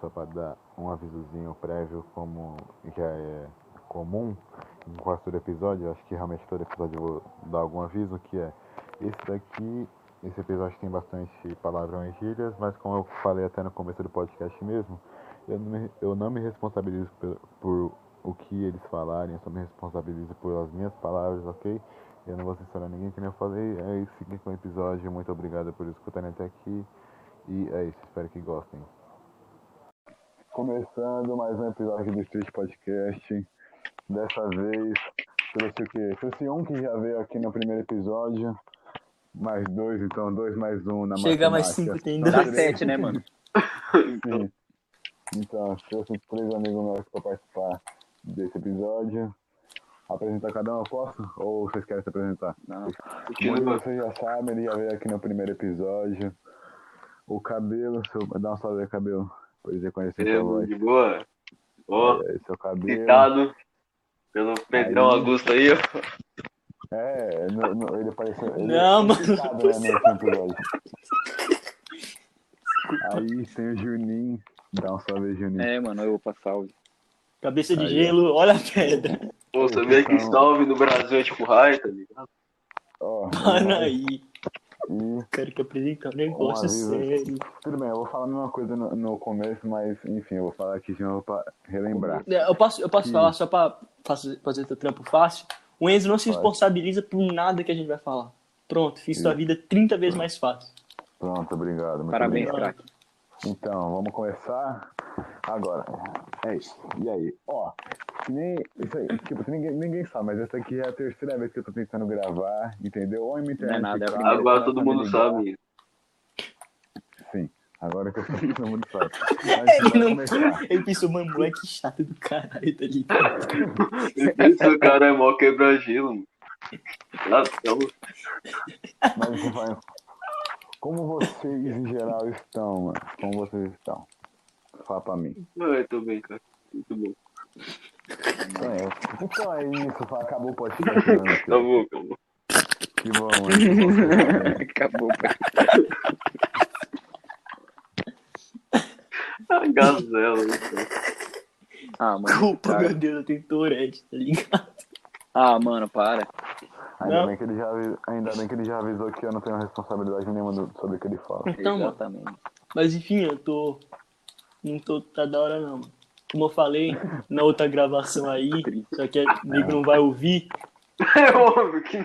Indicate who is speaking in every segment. Speaker 1: só para dar um avisozinho prévio, como já é comum em quase todo episódio, acho que realmente todo episódio eu vou dar algum aviso, que é esse daqui, esse episódio tem bastante palavrão e gírias, mas como eu falei até no começo do podcast mesmo, eu não me, eu não me responsabilizo por, por o que eles falarem, eu só me responsabilizo pelas minhas palavras, ok? Eu não vou censurar ninguém, que nem eu falei, é isso aqui com o episódio, muito obrigado por escutarem até aqui, e é isso, espero que gostem. Começando mais um episódio do Street Podcast. Dessa vez trouxe o quê? Trouxe um que já veio aqui no primeiro episódio. Mais dois, então, dois mais um na
Speaker 2: Chega mais
Speaker 1: matemática.
Speaker 2: cinco, tem
Speaker 1: São
Speaker 3: Dá
Speaker 2: dois.
Speaker 1: três.
Speaker 3: sete, né, mano?
Speaker 1: Sim. Então, trouxe três amigos meus para participar desse episódio. Apresentar cada um, eu posso? Ou vocês querem se apresentar?
Speaker 3: Não.
Speaker 1: Como vocês já sabem, ele já veio aqui no primeiro episódio. O cabelo, seu... dá um salve aí, cabelo, pra eles reconhecerem sua
Speaker 4: Eu,
Speaker 1: voz.
Speaker 4: de boa. Ó,
Speaker 1: É, seu cabelo.
Speaker 4: citado pelo Pedrão
Speaker 1: Aí.
Speaker 4: Augusto aí, ó.
Speaker 1: É, no- no- ele apareceu. Ele
Speaker 2: Não, mano.
Speaker 1: citado, né,
Speaker 3: é
Speaker 1: nesse episódio. Aí tem o Juninho. Dá um salve aí, Juninho.
Speaker 3: É, mano, eu opa, salve.
Speaker 2: Cabeça de
Speaker 1: Aí, ó.
Speaker 2: gelo, olha a pedra.
Speaker 4: Pô, sabia que
Speaker 1: Então-
Speaker 4: salve no Brasil é tipo raio, tá ligado?
Speaker 1: Ó,
Speaker 2: Para aí,
Speaker 1: e
Speaker 2: quero que apresentar um negócio
Speaker 1: aviso.
Speaker 2: sério.
Speaker 1: tudo bem, eu vou falar a mesma coisa no, no começo, mas enfim, eu vou falar aqui de novo pra relembrar.
Speaker 2: É, Eu posso, eu posso
Speaker 1: Hum.
Speaker 2: falar só pra fazer, fazer teu trampo fácil? O Enzo não se
Speaker 1: Pode.
Speaker 2: responsabiliza por nada que a gente vai falar. Pronto, fiz sua vida 30 vezes mais fácil.
Speaker 1: Pronto, obrigado. muito
Speaker 3: Parabéns,
Speaker 1: obrigado.
Speaker 3: craque.
Speaker 1: Então, vamos começar agora. É isso. E aí? Ó, que nem. Isso aí. Tipo, que ninguém, ninguém sabe, mas essa aqui é a terceira vez que eu tô tentando gravar, entendeu? Ou em minha internet. Tá
Speaker 3: nada, é a
Speaker 1: cai,
Speaker 3: primeira.
Speaker 4: Agora
Speaker 1: ou
Speaker 4: todo
Speaker 1: na
Speaker 4: mundo
Speaker 1: família.
Speaker 4: sabe.
Speaker 1: Sim. Agora que eu tô- todo mundo sabe. Mas
Speaker 2: Ele,
Speaker 1: bora
Speaker 2: não,
Speaker 1: começar.
Speaker 2: ele pensou, mano, moleque chato do caralho, tá ligado?
Speaker 4: Esse cara é mó quebra-gelo, mano. Ah, então,
Speaker 1: Mas vai. Como vocês em geral estão, mano? Como vocês estão? Fala pra mim.
Speaker 4: Ah, eu tô bem, cara. Muito bom.
Speaker 1: Então é, então é isso. fala, Acabou o podcast. né?
Speaker 4: Tá bom, tá bom.
Speaker 1: Que bom, mano. que bom que vocês estão bem.
Speaker 3: Acabou, cara.
Speaker 4: Ah, gazela, então.
Speaker 3: Ah, mano.
Speaker 2: Culpa,
Speaker 3: cara.
Speaker 2: meu Deus, eu tenho Tourette, tá ligado?
Speaker 3: Ah, mano, para.
Speaker 1: Ainda
Speaker 2: Não.
Speaker 1: bem, que ele já, avi- ainda bem que ele já avisou que eu não tenho responsabilidade nenhuma do- sobre o que ele fala.
Speaker 2: Então, mano.
Speaker 3: Exatamente.
Speaker 2: Mas enfim, eu tô. Não tô. Tá da hora não, mano. Como eu falei na outra gravação aí, só que o nego não vai ouvir.
Speaker 4: É óbvio que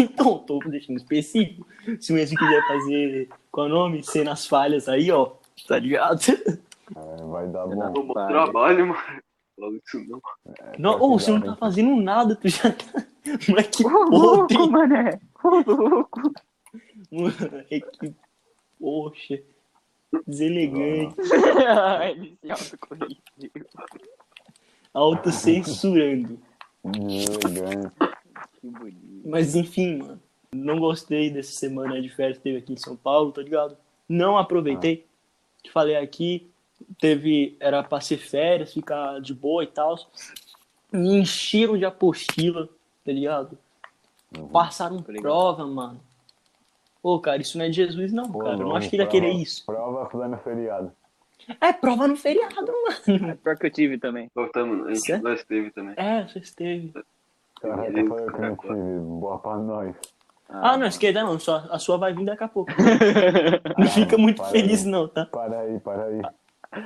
Speaker 2: Então, tô deixando específico. Se o Enzo quiser fazer, qual é o nome? Cenas falhas aí, ó. Tá ligado?
Speaker 1: É, vai dar
Speaker 3: Não.
Speaker 1: bom.
Speaker 4: não. Bom
Speaker 3: Vai.
Speaker 4: trabalho, mano. Fala isso não.
Speaker 2: Não,
Speaker 1: tá
Speaker 2: ou você não tá
Speaker 1: ligado,
Speaker 2: fazendo nada, tu já tá. Moleque podre,
Speaker 3: mané. é. louco.
Speaker 2: moleque. Poxa. Deselegante.
Speaker 3: Ah, Ele se autocorrigiu.
Speaker 2: Autocensurando.
Speaker 1: Um Deselegante.
Speaker 3: Que bonito.
Speaker 2: Mas enfim, mano. Não gostei dessa semana de férias que teve aqui em São Paulo, tá ligado? Não aproveitei. Te falei aqui, teve. Era pra ser férias, ficar de boa e tal. Me encheram de apostila, tá ligado? Passaram
Speaker 3: ligado.
Speaker 2: prova, mano. Ô, cara, isso não é de Jesus, não,
Speaker 1: Pô,
Speaker 2: cara. Eu não
Speaker 1: não,
Speaker 2: acho que ele ia
Speaker 1: prova-
Speaker 2: querer isso.
Speaker 1: Prova fulano feriado.
Speaker 2: É prova no feriado, mano.
Speaker 3: É Pior que eu tive também.
Speaker 4: Pô, tá, mano. A gente
Speaker 2: Certo?
Speaker 4: nós teve também.
Speaker 2: É, vocês teve.
Speaker 1: Caraca, foi eu que não tive. Boa pra nós.
Speaker 2: Ah, não, esquerda não, só, a sua vai vir daqui a pouco. Não fica muito
Speaker 1: para
Speaker 2: feliz,
Speaker 1: aí.
Speaker 2: não, tá?
Speaker 1: Para aí, para aí.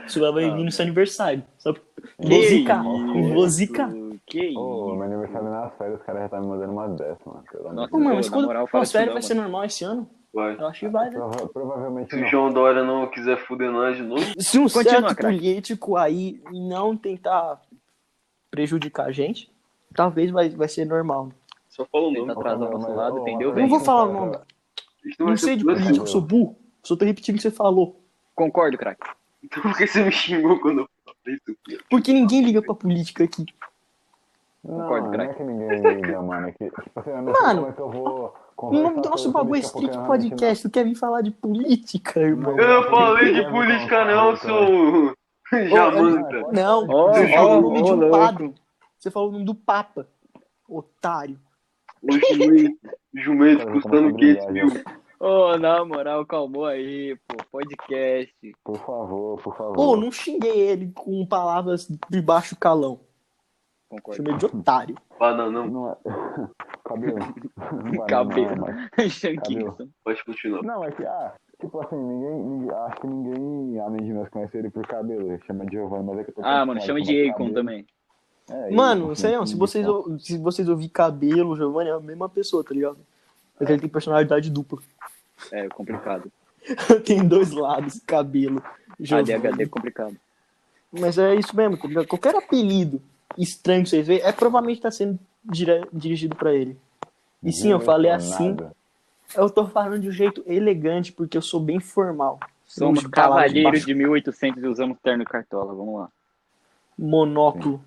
Speaker 2: Sua vai vir no seu aniversário. Só pra- vou
Speaker 3: Ah, né? Que
Speaker 2: zicar.
Speaker 3: isso,
Speaker 2: Vou zicar.
Speaker 3: Que isso.
Speaker 1: Ô, meu aniversário é nas férias, os caras já tá me mandando umas dessas, mano. Pelo amor de
Speaker 2: Pô, mano, mas
Speaker 3: Na
Speaker 2: quando
Speaker 3: moral,
Speaker 2: a
Speaker 3: fala isso
Speaker 2: atmosfera
Speaker 3: não,
Speaker 2: vai ser normal esse ano?
Speaker 4: Vai.
Speaker 2: Eu acho que vai, né?
Speaker 1: Deus. Prova- provavelmente
Speaker 4: Se o
Speaker 1: não.
Speaker 4: João Dória não quiser fuder nós de novo,
Speaker 2: Se um
Speaker 3: Continua,
Speaker 2: certo
Speaker 3: craque.
Speaker 2: político aí não tentar prejudicar a gente, talvez vai, vai ser normal.
Speaker 4: só fala o
Speaker 3: Ele tá
Speaker 4: nome.
Speaker 3: atrás do nosso lado, entendeu
Speaker 2: Eu não
Speaker 3: bem?
Speaker 2: vou falar o nome.
Speaker 4: Isso
Speaker 2: Não
Speaker 4: vai
Speaker 2: sei tipo,
Speaker 4: ser
Speaker 2: de
Speaker 4: tudo assim.
Speaker 2: político, sou burro. Só tô repetindo o que você falou.
Speaker 3: Concordo, craque.
Speaker 4: Então por que você me xingou quando eu falei isso?
Speaker 2: Porque ninguém liga pra política aqui.
Speaker 1: Não,
Speaker 3: Concordo,
Speaker 1: não é
Speaker 3: craque.
Speaker 1: que ninguém me liga, mano. É que, tipo assim, eu não sei
Speaker 2: Mano,
Speaker 1: como é que eu vou
Speaker 2: O
Speaker 1: conversar
Speaker 2: nome do nosso
Speaker 1: sobre
Speaker 2: bagulho é
Speaker 1: política,
Speaker 2: Street
Speaker 1: porque realmente
Speaker 2: Podcast.
Speaker 3: é,
Speaker 2: Tu quer vir falar de política,
Speaker 1: é
Speaker 2: irmão?
Speaker 4: Eu não falei
Speaker 1: né,
Speaker 4: de política, não, sou. Jamanta.
Speaker 2: Não,
Speaker 3: Ó,
Speaker 2: você
Speaker 3: ó,
Speaker 2: falou o nome
Speaker 3: ó,
Speaker 2: de um
Speaker 3: louco.
Speaker 2: padre. Você falou o nome do Papa. Otário.
Speaker 4: O jumento, jumento custando 500 mil.
Speaker 3: Ô, na moral, calmou aí, pô. Podcast.
Speaker 1: Por favor, por favor.
Speaker 2: Pô, não xinguei ele com palavras de baixo calão.
Speaker 3: Concordo.
Speaker 2: Chamei de otário.
Speaker 4: Bananão,
Speaker 1: Não é... Cabelo. Não,
Speaker 3: Cabelo.
Speaker 1: mas-
Speaker 3: Shankinson.
Speaker 4: pode continuar.
Speaker 1: Não, é que, ah, tipo assim, ninguém, ninguém- acho que ninguém, além de nós, conhece ele por cabelo. Chama de Giovanni, mas é que eu tô
Speaker 3: Ah, mano,
Speaker 1: acostumado
Speaker 3: chama
Speaker 1: com
Speaker 3: de
Speaker 1: cabelo.
Speaker 3: Akon também.
Speaker 1: É, e-
Speaker 2: Mano, sei não,
Speaker 1: assim,
Speaker 2: se vocês, ou- se vocês ouvir cabelo, Giovanni, é a mesma pessoa, tá ligado? Mas ele tem personalidade dupla.
Speaker 3: É complicado.
Speaker 2: tem dois lados, cabelo.
Speaker 3: ADHD é
Speaker 2: Giovanni.
Speaker 3: complicado.
Speaker 2: Mas é isso mesmo, tá ligado? Qualquer apelido estranho que vocês verem, é provavelmente tá sendo dire- dirigido pra ele. E sim, eu falei assim,
Speaker 1: nada.
Speaker 2: eu tô falando de um jeito elegante, porque eu sou bem formal.
Speaker 3: Somos
Speaker 2: Vamos falar um de
Speaker 3: cavalheiros
Speaker 2: baixo.
Speaker 3: de 1800 e usamos terno e cartola. Vamos lá.
Speaker 2: Monóculo.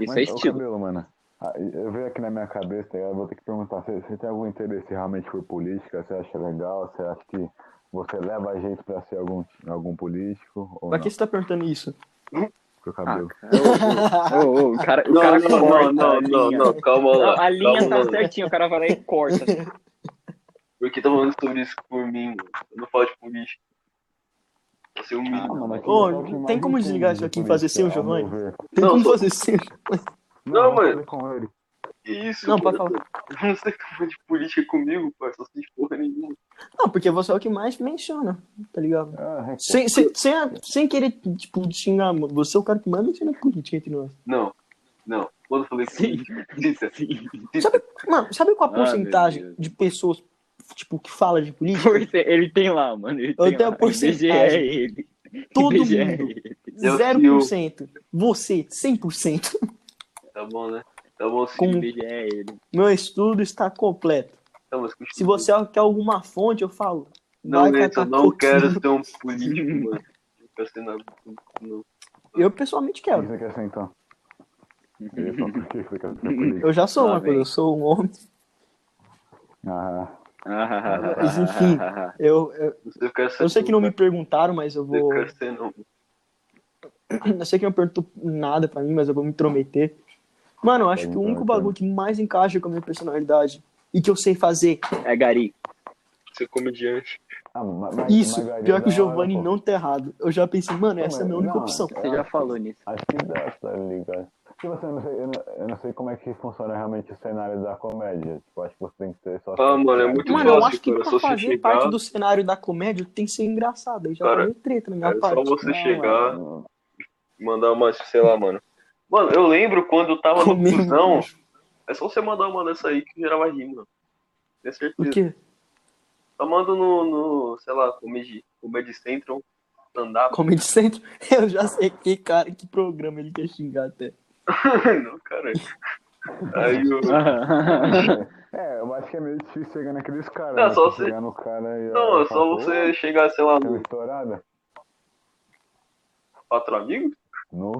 Speaker 3: Isso
Speaker 1: Mas
Speaker 3: é
Speaker 1: o
Speaker 3: estilo.
Speaker 1: cabelo, mano. Ah, Eu vejo aqui na minha cabeça, eu vou ter que perguntar se você tem algum interesse realmente por política, você acha legal, você acha que você leva a gente pra ser algum, algum político ou
Speaker 2: Pra
Speaker 1: não?
Speaker 2: que você tá perguntando isso?
Speaker 1: Seu
Speaker 3: Ah,
Speaker 1: cabelo.
Speaker 3: cara, ô, ô, ô, o cara, o
Speaker 4: Não,
Speaker 3: cara
Speaker 4: não, não,
Speaker 3: corta
Speaker 4: não,
Speaker 3: a
Speaker 4: não,
Speaker 3: linha.
Speaker 4: não, calma
Speaker 3: Não,
Speaker 4: lá.
Speaker 3: a linha
Speaker 4: calma
Speaker 3: tá
Speaker 4: lá.
Speaker 3: certinha, o cara vai lá e corta.
Speaker 4: Por que tá falando sobre isso por mim, mano? Eu não falo de política. Você é humilha.
Speaker 3: Ah,
Speaker 1: mano, aqui-
Speaker 2: Ô,
Speaker 1: aqui
Speaker 2: tem
Speaker 1: mais
Speaker 2: como
Speaker 1: um
Speaker 2: desligar isso
Speaker 1: fundo
Speaker 2: aqui e
Speaker 1: com
Speaker 2: fazer
Speaker 1: isso,
Speaker 2: sem o
Speaker 1: ao
Speaker 2: Giovanni?
Speaker 1: meu ver.
Speaker 2: Tem
Speaker 4: Não,
Speaker 2: como
Speaker 4: só-
Speaker 2: você ser.
Speaker 4: Não,
Speaker 1: vamos
Speaker 4: mano.
Speaker 1: fazer com ele.
Speaker 4: Que isso?
Speaker 2: Não, pode
Speaker 4: cara? Não sei como de política comigo, parça. Não sei de porra nenhuma.
Speaker 2: Não, porque você é o que mais menciona, tá ligado?
Speaker 1: Ah, é
Speaker 2: Sem, sem, sem, sem querer, tipo, xingar. Você é o cara que mais menciona política entre nós.
Speaker 4: Não, não. Quando eu falei
Speaker 3: Sim.
Speaker 4: política, Cita,
Speaker 3: Sim.
Speaker 4: cita.
Speaker 2: Mano, sabe qual a
Speaker 3: Ah, meu
Speaker 2: porcentagem
Speaker 3: Deus.
Speaker 2: de pessoas, tipo, que fala de política?
Speaker 3: Por- Ele tem lá, mano. Ele
Speaker 2: Eu
Speaker 3: tem
Speaker 2: tenho
Speaker 3: lá.
Speaker 2: a porcentagem.
Speaker 3: IBGE é ele.
Speaker 2: Todo
Speaker 3: IBGE é
Speaker 2: mundo.
Speaker 3: ele.
Speaker 4: Eu-
Speaker 2: 0%. Você, 100%.
Speaker 4: Tá bom, né? Tá bom, sim.
Speaker 2: Com-
Speaker 3: IBGE é ele.
Speaker 2: Meu estudo está completo.
Speaker 4: Tá, mas
Speaker 2: Se
Speaker 4: continua.
Speaker 2: você quer alguma fonte, eu falo.
Speaker 4: Não,
Speaker 2: vai tá
Speaker 4: Neto,
Speaker 2: catar
Speaker 4: eu não
Speaker 2: coquinho.
Speaker 4: quero ser um político, mano. Eu quero ser nada. Não.
Speaker 2: Eu pessoalmente
Speaker 1: O que
Speaker 2: quero.
Speaker 1: você quer ser então? Eu ia falar, o que você quer ser político?
Speaker 2: Eu já sou
Speaker 4: Tá
Speaker 3: Lá
Speaker 2: uma coisa,
Speaker 3: vem.
Speaker 2: eu sou um homem.
Speaker 1: Ah,
Speaker 2: Mas enfim, eu, eu,
Speaker 4: Não sei, eu quero ser.
Speaker 2: eu sei que não me perguntaram, mas eu
Speaker 4: Eu
Speaker 2: vou.
Speaker 4: quero ser, não.
Speaker 2: Eu sei que não perguntou nada pra mim, mas eu vou me intrometer. Mano, eu acho que o único bagulho que mais encaixa com a minha personalidade e que eu sei fazer.
Speaker 3: É Gari.
Speaker 4: Ser comediante.
Speaker 1: ah, mas- mas-
Speaker 2: Isso,
Speaker 1: mas,
Speaker 2: pior que o
Speaker 1: da hora,
Speaker 2: Giovanni
Speaker 1: pô.
Speaker 2: não tá errado. Eu já pensei, mano, essa é a minha única
Speaker 1: Não,
Speaker 2: opção.
Speaker 3: Você já falou nisso.
Speaker 1: Acho que dá, tá ligado? Tipo assim, eu não, sei, eu, não, eu não sei como é que funciona realmente o cenário da comédia. Tipo, acho que você tem que ter só.
Speaker 4: Ah, mano, é muito
Speaker 2: Mano, eu
Speaker 4: fácil,
Speaker 2: acho que
Speaker 4: cara,
Speaker 2: pra
Speaker 4: só se
Speaker 2: fazer
Speaker 4: chegar-
Speaker 2: parte do cenário da comédia tem que ser engraçado. Aí já
Speaker 4: Cara,
Speaker 2: falei treta na minha
Speaker 4: É só
Speaker 2: parte.
Speaker 4: você
Speaker 1: Não,
Speaker 4: chegar.
Speaker 1: mano,
Speaker 4: mandar uma, sei lá, mano. Mano, eu lembro quando eu tava no
Speaker 2: Comendo
Speaker 4: busão,
Speaker 2: bicho.
Speaker 4: é só você mandar uma dessa aí que geral vai rir, mano. Tenho
Speaker 2: O
Speaker 4: certeza.
Speaker 2: quê?
Speaker 4: Só manda no, no, sei lá, Comedy, Comedy Central, stand-up.
Speaker 2: Comedy Central? Eu já sei que cara, que programa ele quer xingar até.
Speaker 4: Não, cara. Aí eu...
Speaker 1: É, eu acho que é meio difícil chegar naqueles caras.
Speaker 4: Não,
Speaker 1: né?
Speaker 4: É, só
Speaker 1: Você
Speaker 4: você-
Speaker 1: chegar no cara e.
Speaker 4: Não, é só
Speaker 1: falar,
Speaker 4: você chegar, sei lá,
Speaker 1: "Pô, Deu
Speaker 4: no
Speaker 1: estourada?
Speaker 4: quatro amigos.
Speaker 1: No.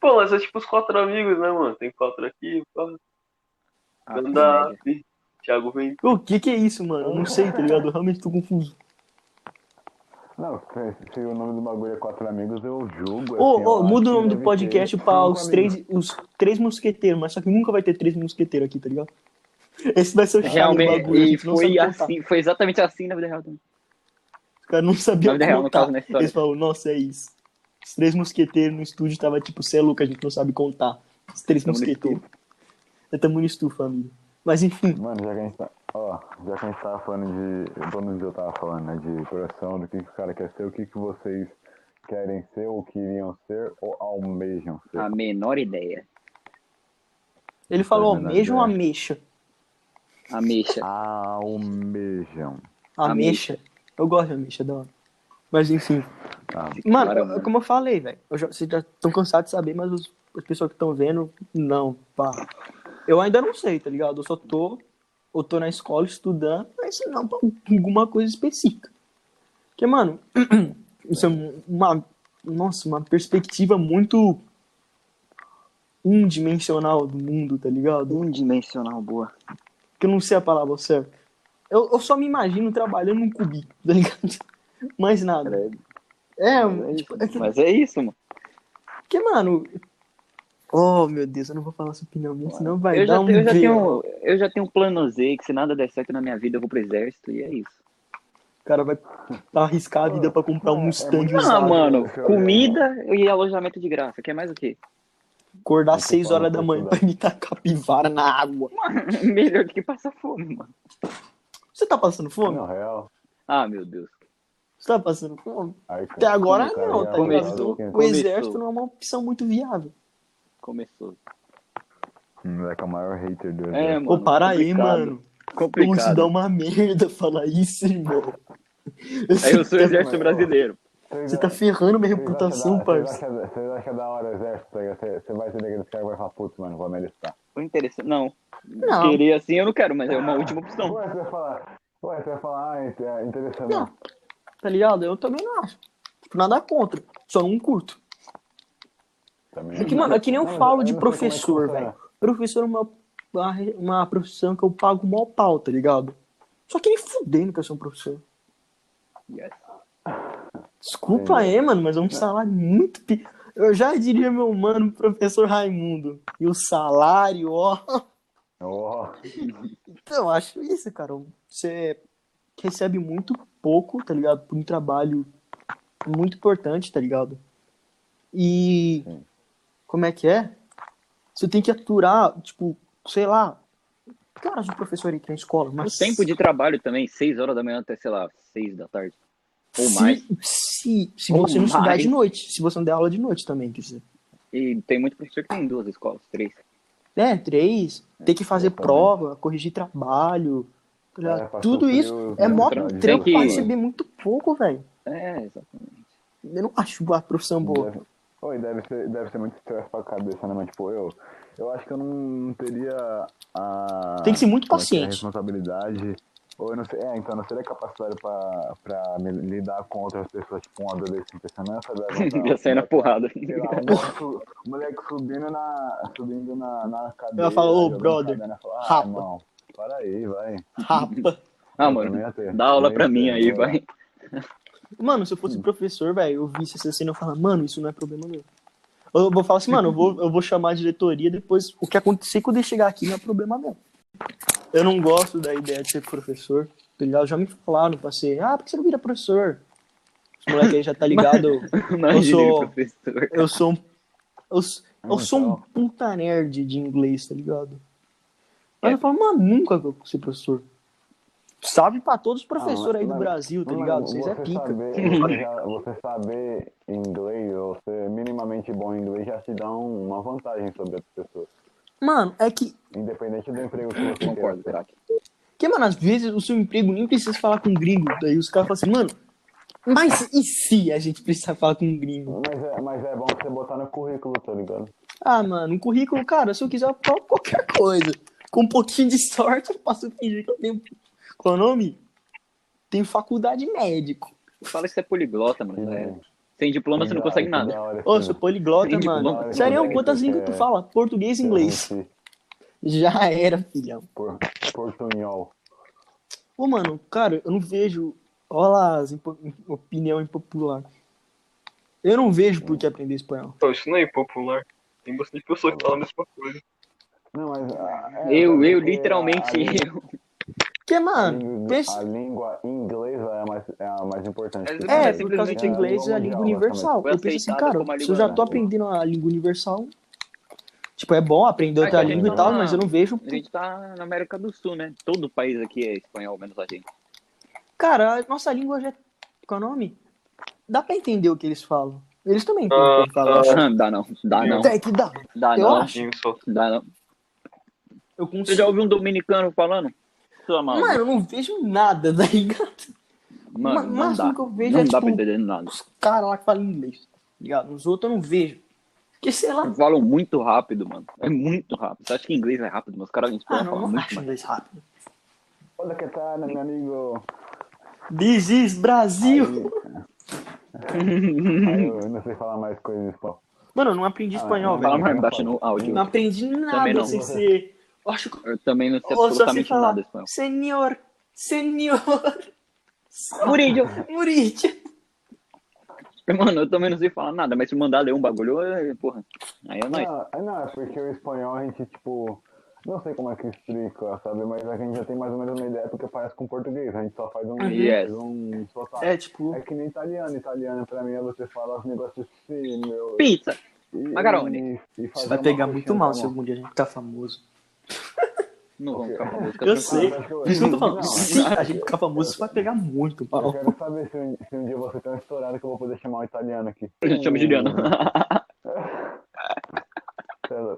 Speaker 4: Pô, mas é tipo os quatro amigos, né, mano? Tem quatro aqui, pá,
Speaker 3: Ah,
Speaker 4: stand-up, Thiago vem.
Speaker 2: O que que é isso, mano? Eu não sei, tá ligado? Eu realmente tô confuso.
Speaker 1: Não, se, se o nome do bagulho é Quatro Amigos, eu julgo.
Speaker 2: Ô,
Speaker 1: assim, eu
Speaker 2: ô,
Speaker 1: acho
Speaker 2: muda o
Speaker 1: que
Speaker 2: nome do
Speaker 1: deve
Speaker 2: podcast
Speaker 1: ter um
Speaker 2: pra
Speaker 1: cinco
Speaker 2: os
Speaker 1: amigos.
Speaker 2: três, os três mosqueteiros, mas só que nunca vai ter três mosqueteiros aqui, tá ligado? Esse vai ser o chave do
Speaker 3: Realmente,
Speaker 2: É um bagulho. a
Speaker 3: e
Speaker 2: gente não sabe
Speaker 3: foi
Speaker 2: contar.
Speaker 3: assim, foi exatamente assim na vida real também.
Speaker 2: Os caras não
Speaker 3: Na
Speaker 2: sabiam
Speaker 3: vida real, no
Speaker 2: contar.
Speaker 3: caso, na história.
Speaker 2: Eles falaram, nossa, é isso. Os três mosqueteiros no estúdio tava tipo, cê é louco, a gente não sabe contar. Os três
Speaker 3: Tamo no
Speaker 2: mosqueteiros. Eu tamo no estufa, amigo. Mas enfim,
Speaker 1: Mano, já que a gente tá. Ó, já que a gente tava falando de. Pelo menos eu tava falando, né? De profissão, do que, que o cara quer ser, o que, que vocês querem ser, ou queriam ser, ou almejam ser.
Speaker 3: A menor ideia.
Speaker 2: ele
Speaker 3: É
Speaker 2: falou,
Speaker 1: Não, não,
Speaker 2: almeja ou
Speaker 1: não.
Speaker 2: ameixa?
Speaker 3: Ameixa.
Speaker 2: Ah, é.
Speaker 1: Almejam.
Speaker 2: Ameixa. Eu gosto de ameixa, da hora. Mas enfim.
Speaker 1: Ah,
Speaker 2: Mano,
Speaker 3: Cara,
Speaker 2: eu- como eu falei, velho, eu já- vocês já estão cansados de saber, mas os, as pessoas que estão vendo, não, pá. Eu ainda não sei, tá ligado? Eu só tô, eu tô na escola estudando, mas não pra alguma coisa específica. Porque, mano, isso é um- uma, nossa, uma perspectiva muito unidimensional do mundo, tá ligado?
Speaker 3: Unidimensional, boa.
Speaker 2: que eu não sei a palavra certa. Eu, eu só me imagino trabalhando num cubico, tá ligado? Mais nada. É, tipo, é que,
Speaker 3: Mas é isso, mano.
Speaker 2: porque, mano, Oh, meu Deus, eu não vou falar sua opinião minha, senão vai
Speaker 3: eu,
Speaker 2: dar
Speaker 3: já,
Speaker 2: um
Speaker 3: eu, já
Speaker 2: B.
Speaker 3: tenho, eu já tenho um plano Z, que se nada der certo na minha vida, eu vou pro exército, e é isso.
Speaker 2: O cara vai arriscar a vida pra comprar um Mustang
Speaker 3: Ah,
Speaker 2: usado.
Speaker 3: mano,
Speaker 1: cara.
Speaker 3: comida e alojamento de graça, quer mais o quê?
Speaker 2: Acordar
Speaker 1: Muito
Speaker 2: 6
Speaker 1: bom,
Speaker 2: horas da
Speaker 1: muito
Speaker 2: manhã tá
Speaker 1: bom.
Speaker 2: pra imitar capivara na água.
Speaker 3: Melhor do que passar fome, mano.
Speaker 2: Você tá passando fome?
Speaker 1: Não, real.
Speaker 3: Ah, meu Deus.
Speaker 2: Você tá passando fome?
Speaker 1: Aí,
Speaker 2: Até agora
Speaker 1: cara,
Speaker 2: não,
Speaker 1: já
Speaker 3: é
Speaker 2: tá
Speaker 1: fala,
Speaker 2: ligado?
Speaker 3: começou,
Speaker 1: assim,
Speaker 2: O
Speaker 3: começou.
Speaker 2: exército não é uma opção muito viável.
Speaker 3: Começou.
Speaker 1: O moleque é o maior hater do
Speaker 3: É,
Speaker 1: exército.
Speaker 3: mano.
Speaker 2: Pô, para aí,
Speaker 3: complicado.
Speaker 2: mano. Como isso dá um
Speaker 3: Complicado.
Speaker 2: uma merda falar isso, irmão.
Speaker 3: Aí eu sou o
Speaker 2: Você tá-
Speaker 3: exército
Speaker 1: mano.
Speaker 3: brasileiro.
Speaker 1: Vocês
Speaker 2: Você tá
Speaker 1: acham-
Speaker 2: ferrando minha
Speaker 1: vocês acham
Speaker 2: reputação,
Speaker 1: da-
Speaker 2: parça.
Speaker 1: Vocês acham- vocês acham da hora o exército? tá ligado? Você você vai ser daqueles caras que vai falar, putz, mano, vou ameliscar.
Speaker 3: Foi interessante. Não.
Speaker 2: Não.
Speaker 3: Querer assim eu não quero, mas é uma última opção.
Speaker 1: Ué, você vai falar, ué, você vai falar, ah, int- é interessante.
Speaker 2: Não. Tá ligado? Eu também não acho. Tipo, nada contra. Só não curto.
Speaker 1: Também
Speaker 2: É que,
Speaker 1: não.
Speaker 2: mano, é que nem eu
Speaker 1: Não,
Speaker 2: falo
Speaker 1: eu
Speaker 2: de
Speaker 1: não sei como é que
Speaker 2: professor,
Speaker 1: funciona.
Speaker 2: velho. Professor é uma, uma, uma profissão que eu pago mó pau, tá ligado? Só que nem fudendo que eu sou um professor.
Speaker 3: Yes.
Speaker 2: Desculpa
Speaker 1: Entendi.
Speaker 2: aí, mano, mas é um salário muito. pe- Eu já diria, meu mano, professor Raimundo. E o salário, ó.
Speaker 1: Ó,
Speaker 2: Então, eu acho isso, cara. Você recebe muito pouco, tá ligado? Por um trabalho muito importante, tá ligado? E
Speaker 1: Sim.
Speaker 2: como é que é? Você tem que aturar, tipo, sei lá, que horas o professor entra na escola?
Speaker 3: O
Speaker 2: Mas
Speaker 3: tempo de trabalho também, 6 horas da manhã até, sei lá, 6 da tarde. Ou
Speaker 2: se,
Speaker 3: mais.
Speaker 2: Se, se
Speaker 3: Ou
Speaker 2: você não estudar
Speaker 3: mais.
Speaker 2: de noite, se você não der aula de noite também, quer dizer.
Speaker 3: E tem muito professor que tem duas escolas, três.
Speaker 2: É, três, tem que fazer
Speaker 1: eu também.
Speaker 2: prova, corrigir trabalho, tá ligado?
Speaker 1: É, pra
Speaker 2: tudo
Speaker 1: suprir
Speaker 2: isso
Speaker 1: os-
Speaker 2: é mó
Speaker 1: né? Tem que-
Speaker 2: trampo pra
Speaker 3: tem que-
Speaker 2: receber muito pouco, velho.
Speaker 3: É, exatamente.
Speaker 2: Eu não acho a profissão boa.
Speaker 1: Deve, Oi, deve ser, deve ser muito estresse pra cabeça, né? Mas, tipo, eu, eu acho que eu não teria a.
Speaker 2: Tem que ser muito
Speaker 1: como é que é, a
Speaker 2: paciente.
Speaker 1: responsabilidade. Ou eu não sei. É, então, eu não seria capacidade pra, pra me lidar com outras pessoas, tipo, um adolescente. Você não
Speaker 3: Já saí na porrada.
Speaker 1: Sei lá, um moleque su- um moleque subindo na, subindo na, na cadeira.
Speaker 2: Ela fala, ô,
Speaker 1: jogando
Speaker 2: brother,
Speaker 1: cadeira, ela fala, ah,
Speaker 2: rapa.
Speaker 1: irmão, para aí, vai.
Speaker 2: Rapa.
Speaker 3: Ah,
Speaker 1: Eu também ia
Speaker 3: mano,
Speaker 1: ter,
Speaker 3: dá aula
Speaker 1: também
Speaker 3: pra
Speaker 1: ia
Speaker 3: mim
Speaker 1: ter,
Speaker 3: aí,
Speaker 1: né?
Speaker 3: vai.
Speaker 2: Mano, se eu fosse professor, velho, eu visse essa cena e eu falar, mano, isso não é problema meu. Eu vou falar assim, mano, eu vou, eu vou chamar a diretoria depois. O que acontecer quando eu chegar aqui não é problema meu. Eu não gosto da ideia de ser professor. Tá ligado? Já me falaram, passei, ah, por que você não vira professor? Os moleque aí já tá ligado.
Speaker 3: Imagina
Speaker 2: sou-
Speaker 3: ele, professor.
Speaker 2: Eu sou um. Eu, s- eu
Speaker 1: Então.
Speaker 2: sou um puta nerd de inglês, tá ligado?
Speaker 1: É.
Speaker 2: Mas eu falo, mano, nunca vou ser professor. Salve pra todos os professores aí do
Speaker 1: mas-
Speaker 2: Brasil, tá
Speaker 1: Ah, Mano,
Speaker 2: ligado? Vocês é
Speaker 1: você
Speaker 2: pica.
Speaker 1: Saber, você, já- você saber inglês, ou ser minimamente bom em inglês, já te dá um- uma vantagem sobre outras pessoas.
Speaker 2: Mano, é que
Speaker 1: Independente do emprego que você
Speaker 3: Concordo,
Speaker 1: queira.
Speaker 3: craque.
Speaker 2: Porque, mano, às vezes o seu emprego nem precisa falar com gringo. Daí os caras falam assim, mano, mas e se a gente precisar falar com gringo?
Speaker 1: Mas é, mas é bom você botar no currículo, tá ligado?
Speaker 2: Ah, mano, um currículo, cara, se eu quiser, eu falo qualquer coisa. Com um pouquinho de sorte, eu posso fingir que eu tenho. Qual é o nome? Tenho faculdade médico.
Speaker 3: Fala que você é poliglota, mano. É. Sem diploma você não
Speaker 1: Que da-
Speaker 3: consegue
Speaker 1: que
Speaker 3: nada.
Speaker 1: da hora assim,
Speaker 2: Ô,
Speaker 1: esse-
Speaker 2: sou poliglota,
Speaker 3: Entendi,
Speaker 2: mano.
Speaker 1: mano.
Speaker 2: Sério, é um
Speaker 1: Consegue,
Speaker 2: quantas línguas
Speaker 1: porque-
Speaker 2: assim tu fala? Português e inglês.
Speaker 1: esse
Speaker 2: Já era, filhão.
Speaker 1: é por- Portunhol.
Speaker 2: Ô, mano, cara, eu não vejo. Olha lá as impo- opinião impopular. Eu não vejo por que aprender espanhol.
Speaker 4: Então, isso não é impopular. Tem bastante pessoa que fala a mesma coisa.
Speaker 1: Não, mas, ah, é,
Speaker 3: Eu,
Speaker 1: mas
Speaker 3: eu,
Speaker 1: porque
Speaker 3: literalmente
Speaker 1: a- a-
Speaker 3: eu.
Speaker 2: Que,
Speaker 1: A
Speaker 2: mano,
Speaker 1: língua,
Speaker 2: pensa.
Speaker 1: a língua inglesa é a mais, é a mais importante.
Speaker 4: É,
Speaker 1: que tem.
Speaker 2: É, por causa
Speaker 3: simplesmente
Speaker 2: de inglês é a língua universal.
Speaker 3: Foi
Speaker 2: Eu penso assim,
Speaker 3: aceitada
Speaker 2: cara,
Speaker 3: como a
Speaker 2: se
Speaker 3: língua
Speaker 2: eu já tô
Speaker 1: universal.
Speaker 2: aprendendo a língua universal, tipo, é bom aprender outra
Speaker 3: É que a
Speaker 2: língua e
Speaker 1: gente
Speaker 2: tal,
Speaker 3: tá-
Speaker 2: mas eu não vejo.
Speaker 3: A gente tá na América do Sul, né? Todo o país aqui é espanhol, menos a gente.
Speaker 2: Cara, a nossa língua já é. Qual é o nome? Dá pra entender o que eles falam. Eles também entendem o que eles falam. acho.
Speaker 3: Dá não, dá Ah, não,
Speaker 2: Até que dá.
Speaker 3: dá
Speaker 2: Eu
Speaker 3: não,
Speaker 2: acho.
Speaker 4: assim, Só.
Speaker 3: dá não.
Speaker 2: Eu
Speaker 3: Você já
Speaker 2: consigo.
Speaker 3: ouviu um dominicano falando? Sua mal.
Speaker 2: Mano, eu não vejo nada, tá ligado?
Speaker 3: Mano,
Speaker 2: o
Speaker 3: não
Speaker 2: máximo
Speaker 3: dá.
Speaker 2: que eu vejo
Speaker 3: não
Speaker 2: é,
Speaker 3: dá
Speaker 2: tipo,
Speaker 3: pra entender nada.
Speaker 2: Os caras lá que falam inglês, tá ligado? Os outros eu não vejo. Porque, sei lá.
Speaker 3: Falam muito rápido, mano. É muito rápido. Você acha que inglês é rápido, mas os caras em
Speaker 2: Ah,
Speaker 3: espanhol
Speaker 2: não,
Speaker 3: falam
Speaker 2: não
Speaker 3: muito
Speaker 2: acho
Speaker 3: mais.
Speaker 2: inglês rápido. é.
Speaker 1: Olha que tá, né, meu amigo.
Speaker 2: This is Brasil!
Speaker 3: Uhum.
Speaker 1: Aí eu não sei falar mais coisas em espanhol.
Speaker 2: Mano, eu não aprendi espanhol,
Speaker 1: não
Speaker 2: velho.
Speaker 3: Fala mais baixo no áudio.
Speaker 2: Não aprendi nada
Speaker 3: Também não.
Speaker 2: sem ser. Eu acho que.
Speaker 3: Eu também não sei
Speaker 2: Eu só sei
Speaker 3: absolutamente
Speaker 2: falar.
Speaker 3: nada espanhol.
Speaker 2: Senhor, senhor,
Speaker 3: Murillo!
Speaker 2: Murite.
Speaker 3: Mano, eu também não sei falar nada, mas se mandar ler um bagulho, eu- porra, aí é nóis.
Speaker 2: Ah,
Speaker 1: Não, é, não, é porque o espanhol a gente, tipo, não sei como é que explica, sabe? Mas a gente já tem mais ou menos uma ideia porque parece com português. A gente só faz um.
Speaker 3: Uhum. Yes.
Speaker 1: um sotaque.
Speaker 2: É, tipo,
Speaker 1: É que nem italiano. Italiano, pra mim, é você fala os negócios assim, meu.
Speaker 3: Pizza!
Speaker 1: e-
Speaker 3: Macaroni.
Speaker 1: e- e
Speaker 2: isso
Speaker 1: fazer
Speaker 2: vai
Speaker 1: uma
Speaker 2: pegar
Speaker 1: coxinha
Speaker 2: muito mal
Speaker 1: com
Speaker 2: se algum dia a gente ficar famoso.
Speaker 3: Não vamos ficar com a música.
Speaker 2: Eu
Speaker 3: tranquila.
Speaker 2: sei,
Speaker 1: mas eu-
Speaker 2: por isso que eu tô falando.
Speaker 1: Não,
Speaker 2: Se a gente ficar famoso, isso vai pegar muito
Speaker 1: a mão. Eu
Speaker 2: mal.
Speaker 1: quero saber se um, se um dia você tá estourado que eu vou poder chamar o italiano aqui.
Speaker 3: A gente chama Juliano.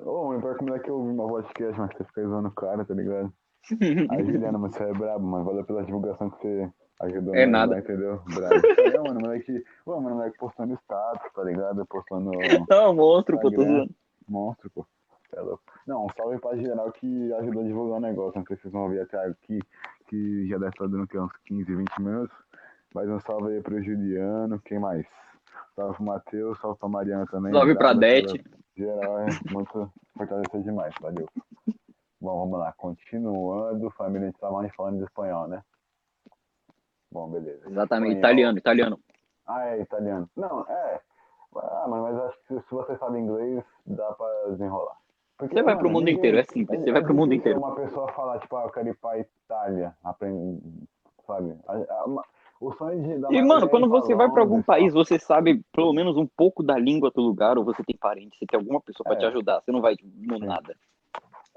Speaker 1: Ô, oh, pior que o moleque ouve uma podcast, mas você fica zoando o cara, tá ligado? Aí, Juliana, mas você é brabo, mano. Valeu pela divulgação que você ajudou.
Speaker 3: É
Speaker 1: nós
Speaker 3: nada.
Speaker 1: lá, entendeu? Brabo. Não, mano, moleque. Pô, mano, moleque postando status, tá ligado? Postando
Speaker 3: Não, Tá um monstro, pô, tô
Speaker 1: Instagram.
Speaker 3: zoando.
Speaker 1: monstro, pô. Cê É louco. Não, um salve pra geral que ajudou a divulgar o negócio. Não sei se vocês vão ouvir até aqui, que já deve estar dando o quê? uns 15, 20 minutos. Mas um salve aí pro Juliano, quem mais? Salve pro Matheus, salve pra Mariana também.
Speaker 3: Salve pra
Speaker 1: Obrigado
Speaker 3: Dete.
Speaker 1: pela- Geral, é muito fortaleceu demais, valeu. Bom, vamos lá. Continuando, família de Samar falando de espanhol, né? Bom, beleza. Espanhol.
Speaker 3: Exatamente, italiano, italiano.
Speaker 1: Ah, é italiano. Não, é. Ah, mano, mas acho que se você sabe inglês, dá pra desenrolar. Porque,
Speaker 3: Você vai pro
Speaker 1: mano,
Speaker 3: mundo
Speaker 1: ninguém-
Speaker 3: inteiro, é simples. Você
Speaker 1: é
Speaker 3: vai pro mundo
Speaker 1: difícil
Speaker 3: inteiro.
Speaker 1: Uma pessoa falar, tipo, ah, eu quero ir pra Itália, aprender, sabe? A- a- ma- o sonho de... da
Speaker 3: E,
Speaker 1: maioria é
Speaker 3: mano,
Speaker 1: ir
Speaker 3: quando
Speaker 1: pra
Speaker 3: você vai pra algum
Speaker 1: Londres,
Speaker 3: país, você sabe pelo menos um pouco da língua do lugar, ou você tem parente, você tem alguma pessoa pra
Speaker 1: É.
Speaker 3: te ajudar. Você não vai no nada.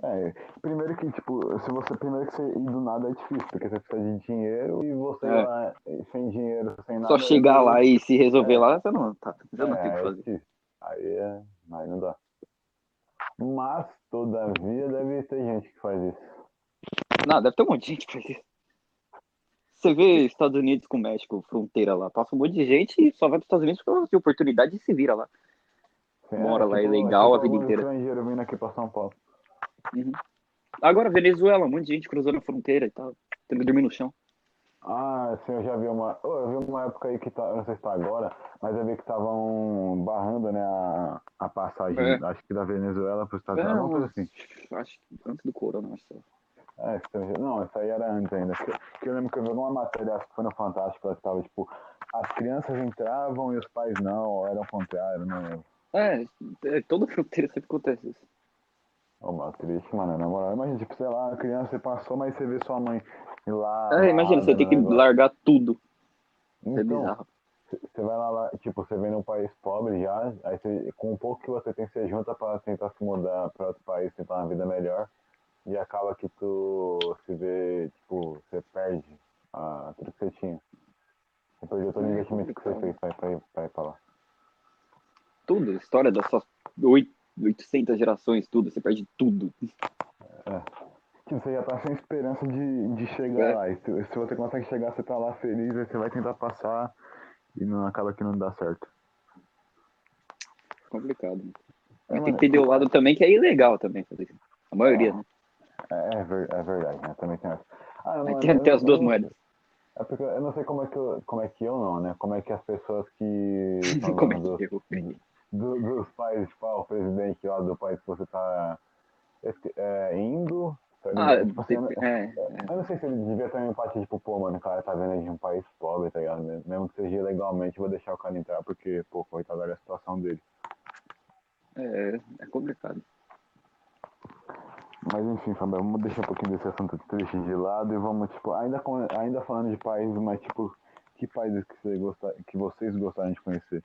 Speaker 1: É, primeiro que, tipo, se você primeiro que você ir do nada é difícil, porque você precisa de dinheiro e você
Speaker 3: É.
Speaker 1: lá sem dinheiro, sem nada.
Speaker 3: Só chegar lá e se resolver
Speaker 1: É.
Speaker 3: lá, você não, tá, você
Speaker 1: é,
Speaker 3: não tem o que
Speaker 1: é
Speaker 3: fazer.
Speaker 1: difícil. Aí é. Aí não dá. Mas, todavia, deve ter gente que faz isso.
Speaker 3: Não, deve ter um monte de gente que faz isso. Você vê Estados Unidos com o México, fronteira lá, passa um monte de gente e só vai pros Estados Unidos porque ela tem oportunidade e se vira lá. Mora lá, é legal a vida
Speaker 1: alguns
Speaker 3: inteira.
Speaker 1: estrangeiros um vindo aqui pra São Paulo.
Speaker 3: Agora, Venezuela, um monte de gente cruzando a fronteira e tal, tendo que dormir no chão.
Speaker 1: Ah, sim, eu já vi uma. Ô, eu vi uma época aí que tá. eu Não sei se tá agora, mas eu vi que estavam barrando, né, a, a passagem,
Speaker 3: É.
Speaker 1: acho que da Venezuela pros Estados
Speaker 3: É,
Speaker 1: Unidos. alguma coisa assim.
Speaker 3: Acho que antes do corona, acho. que-
Speaker 1: É, estrangeiro. Não, isso aí era antes ainda. Que, que eu lembro que eu vi alguma matéria, acho que foi no Fantástico, ela tava tipo, as crianças entravam e os pais não, ou era o contrário, né? não lembro.
Speaker 3: É, é, toda fronteira sempre acontece isso.
Speaker 1: Ô, mano, triste, mano, na moral. Imagina, tipo, sei lá, a criança você passou, mas você vê sua mãe lá.
Speaker 3: É, imagina, você
Speaker 1: lá,
Speaker 3: tem que
Speaker 1: lá, lá.
Speaker 3: largar tudo. É
Speaker 1: Ah, Então,
Speaker 3: bizarro.
Speaker 1: você vai lá, lá, tipo, você vem num país pobre já, aí você, com o pouco que você tem, você junta pra tentar se mudar pra outro país, tentar uma vida melhor. E acaba que tu se vê, tipo, você perde a, tudo que você tinha. Você perdeu todo o
Speaker 3: É
Speaker 1: investimento que você
Speaker 3: complicado.
Speaker 1: fez pra ir pra, ir- pra, ir pra lá.
Speaker 3: Tudo, a história das suas oito- 800 gerações, tudo, você perde tudo.
Speaker 1: Tipo, você já tá sem esperança de, de chegar
Speaker 3: É.
Speaker 1: lá. E se, se você consegue chegar, você tá lá feliz, aí você vai tentar passar e não acaba que não dá certo.
Speaker 3: Complicado. né?
Speaker 1: É,
Speaker 3: Mas tem
Speaker 1: mano,
Speaker 3: que entender o lado também que é ilegal também fazer isso. A maioria, né?
Speaker 1: É, é, ver- é verdade, né? Também tem essa. Ah,
Speaker 3: Aí
Speaker 1: mano,
Speaker 3: tem
Speaker 1: eu-
Speaker 3: até as
Speaker 1: eu
Speaker 3: duas
Speaker 1: não-
Speaker 3: moedas.
Speaker 1: É porque eu não sei como é que eu, como é que eu não, né? Como é que as pessoas que são
Speaker 3: Como é
Speaker 1: donas
Speaker 3: que eu?
Speaker 1: do, do, dos países, tipo, ah, o presidente lá do país que você tá esque- é, indo, tá
Speaker 3: Ah,
Speaker 1: ligado? Tipo assim, eu, não-
Speaker 3: é, é.
Speaker 1: eu não sei se ele devia ter uma empatia, tipo, pô, mano, o cara tá vendo de um país pobre, tá ligado? Mesmo mesmo que seja legalmente, eu vou deixar o cara entrar, porque, pô, coitado, olha a situação dele.
Speaker 3: É, é complicado.
Speaker 1: Mas enfim, Fabio, vamos deixar um pouquinho desse assunto triste de lado e vamos, tipo, ainda, com- ainda falando de países, mas tipo, que países que, você gostar, que vocês gostariam de conhecer?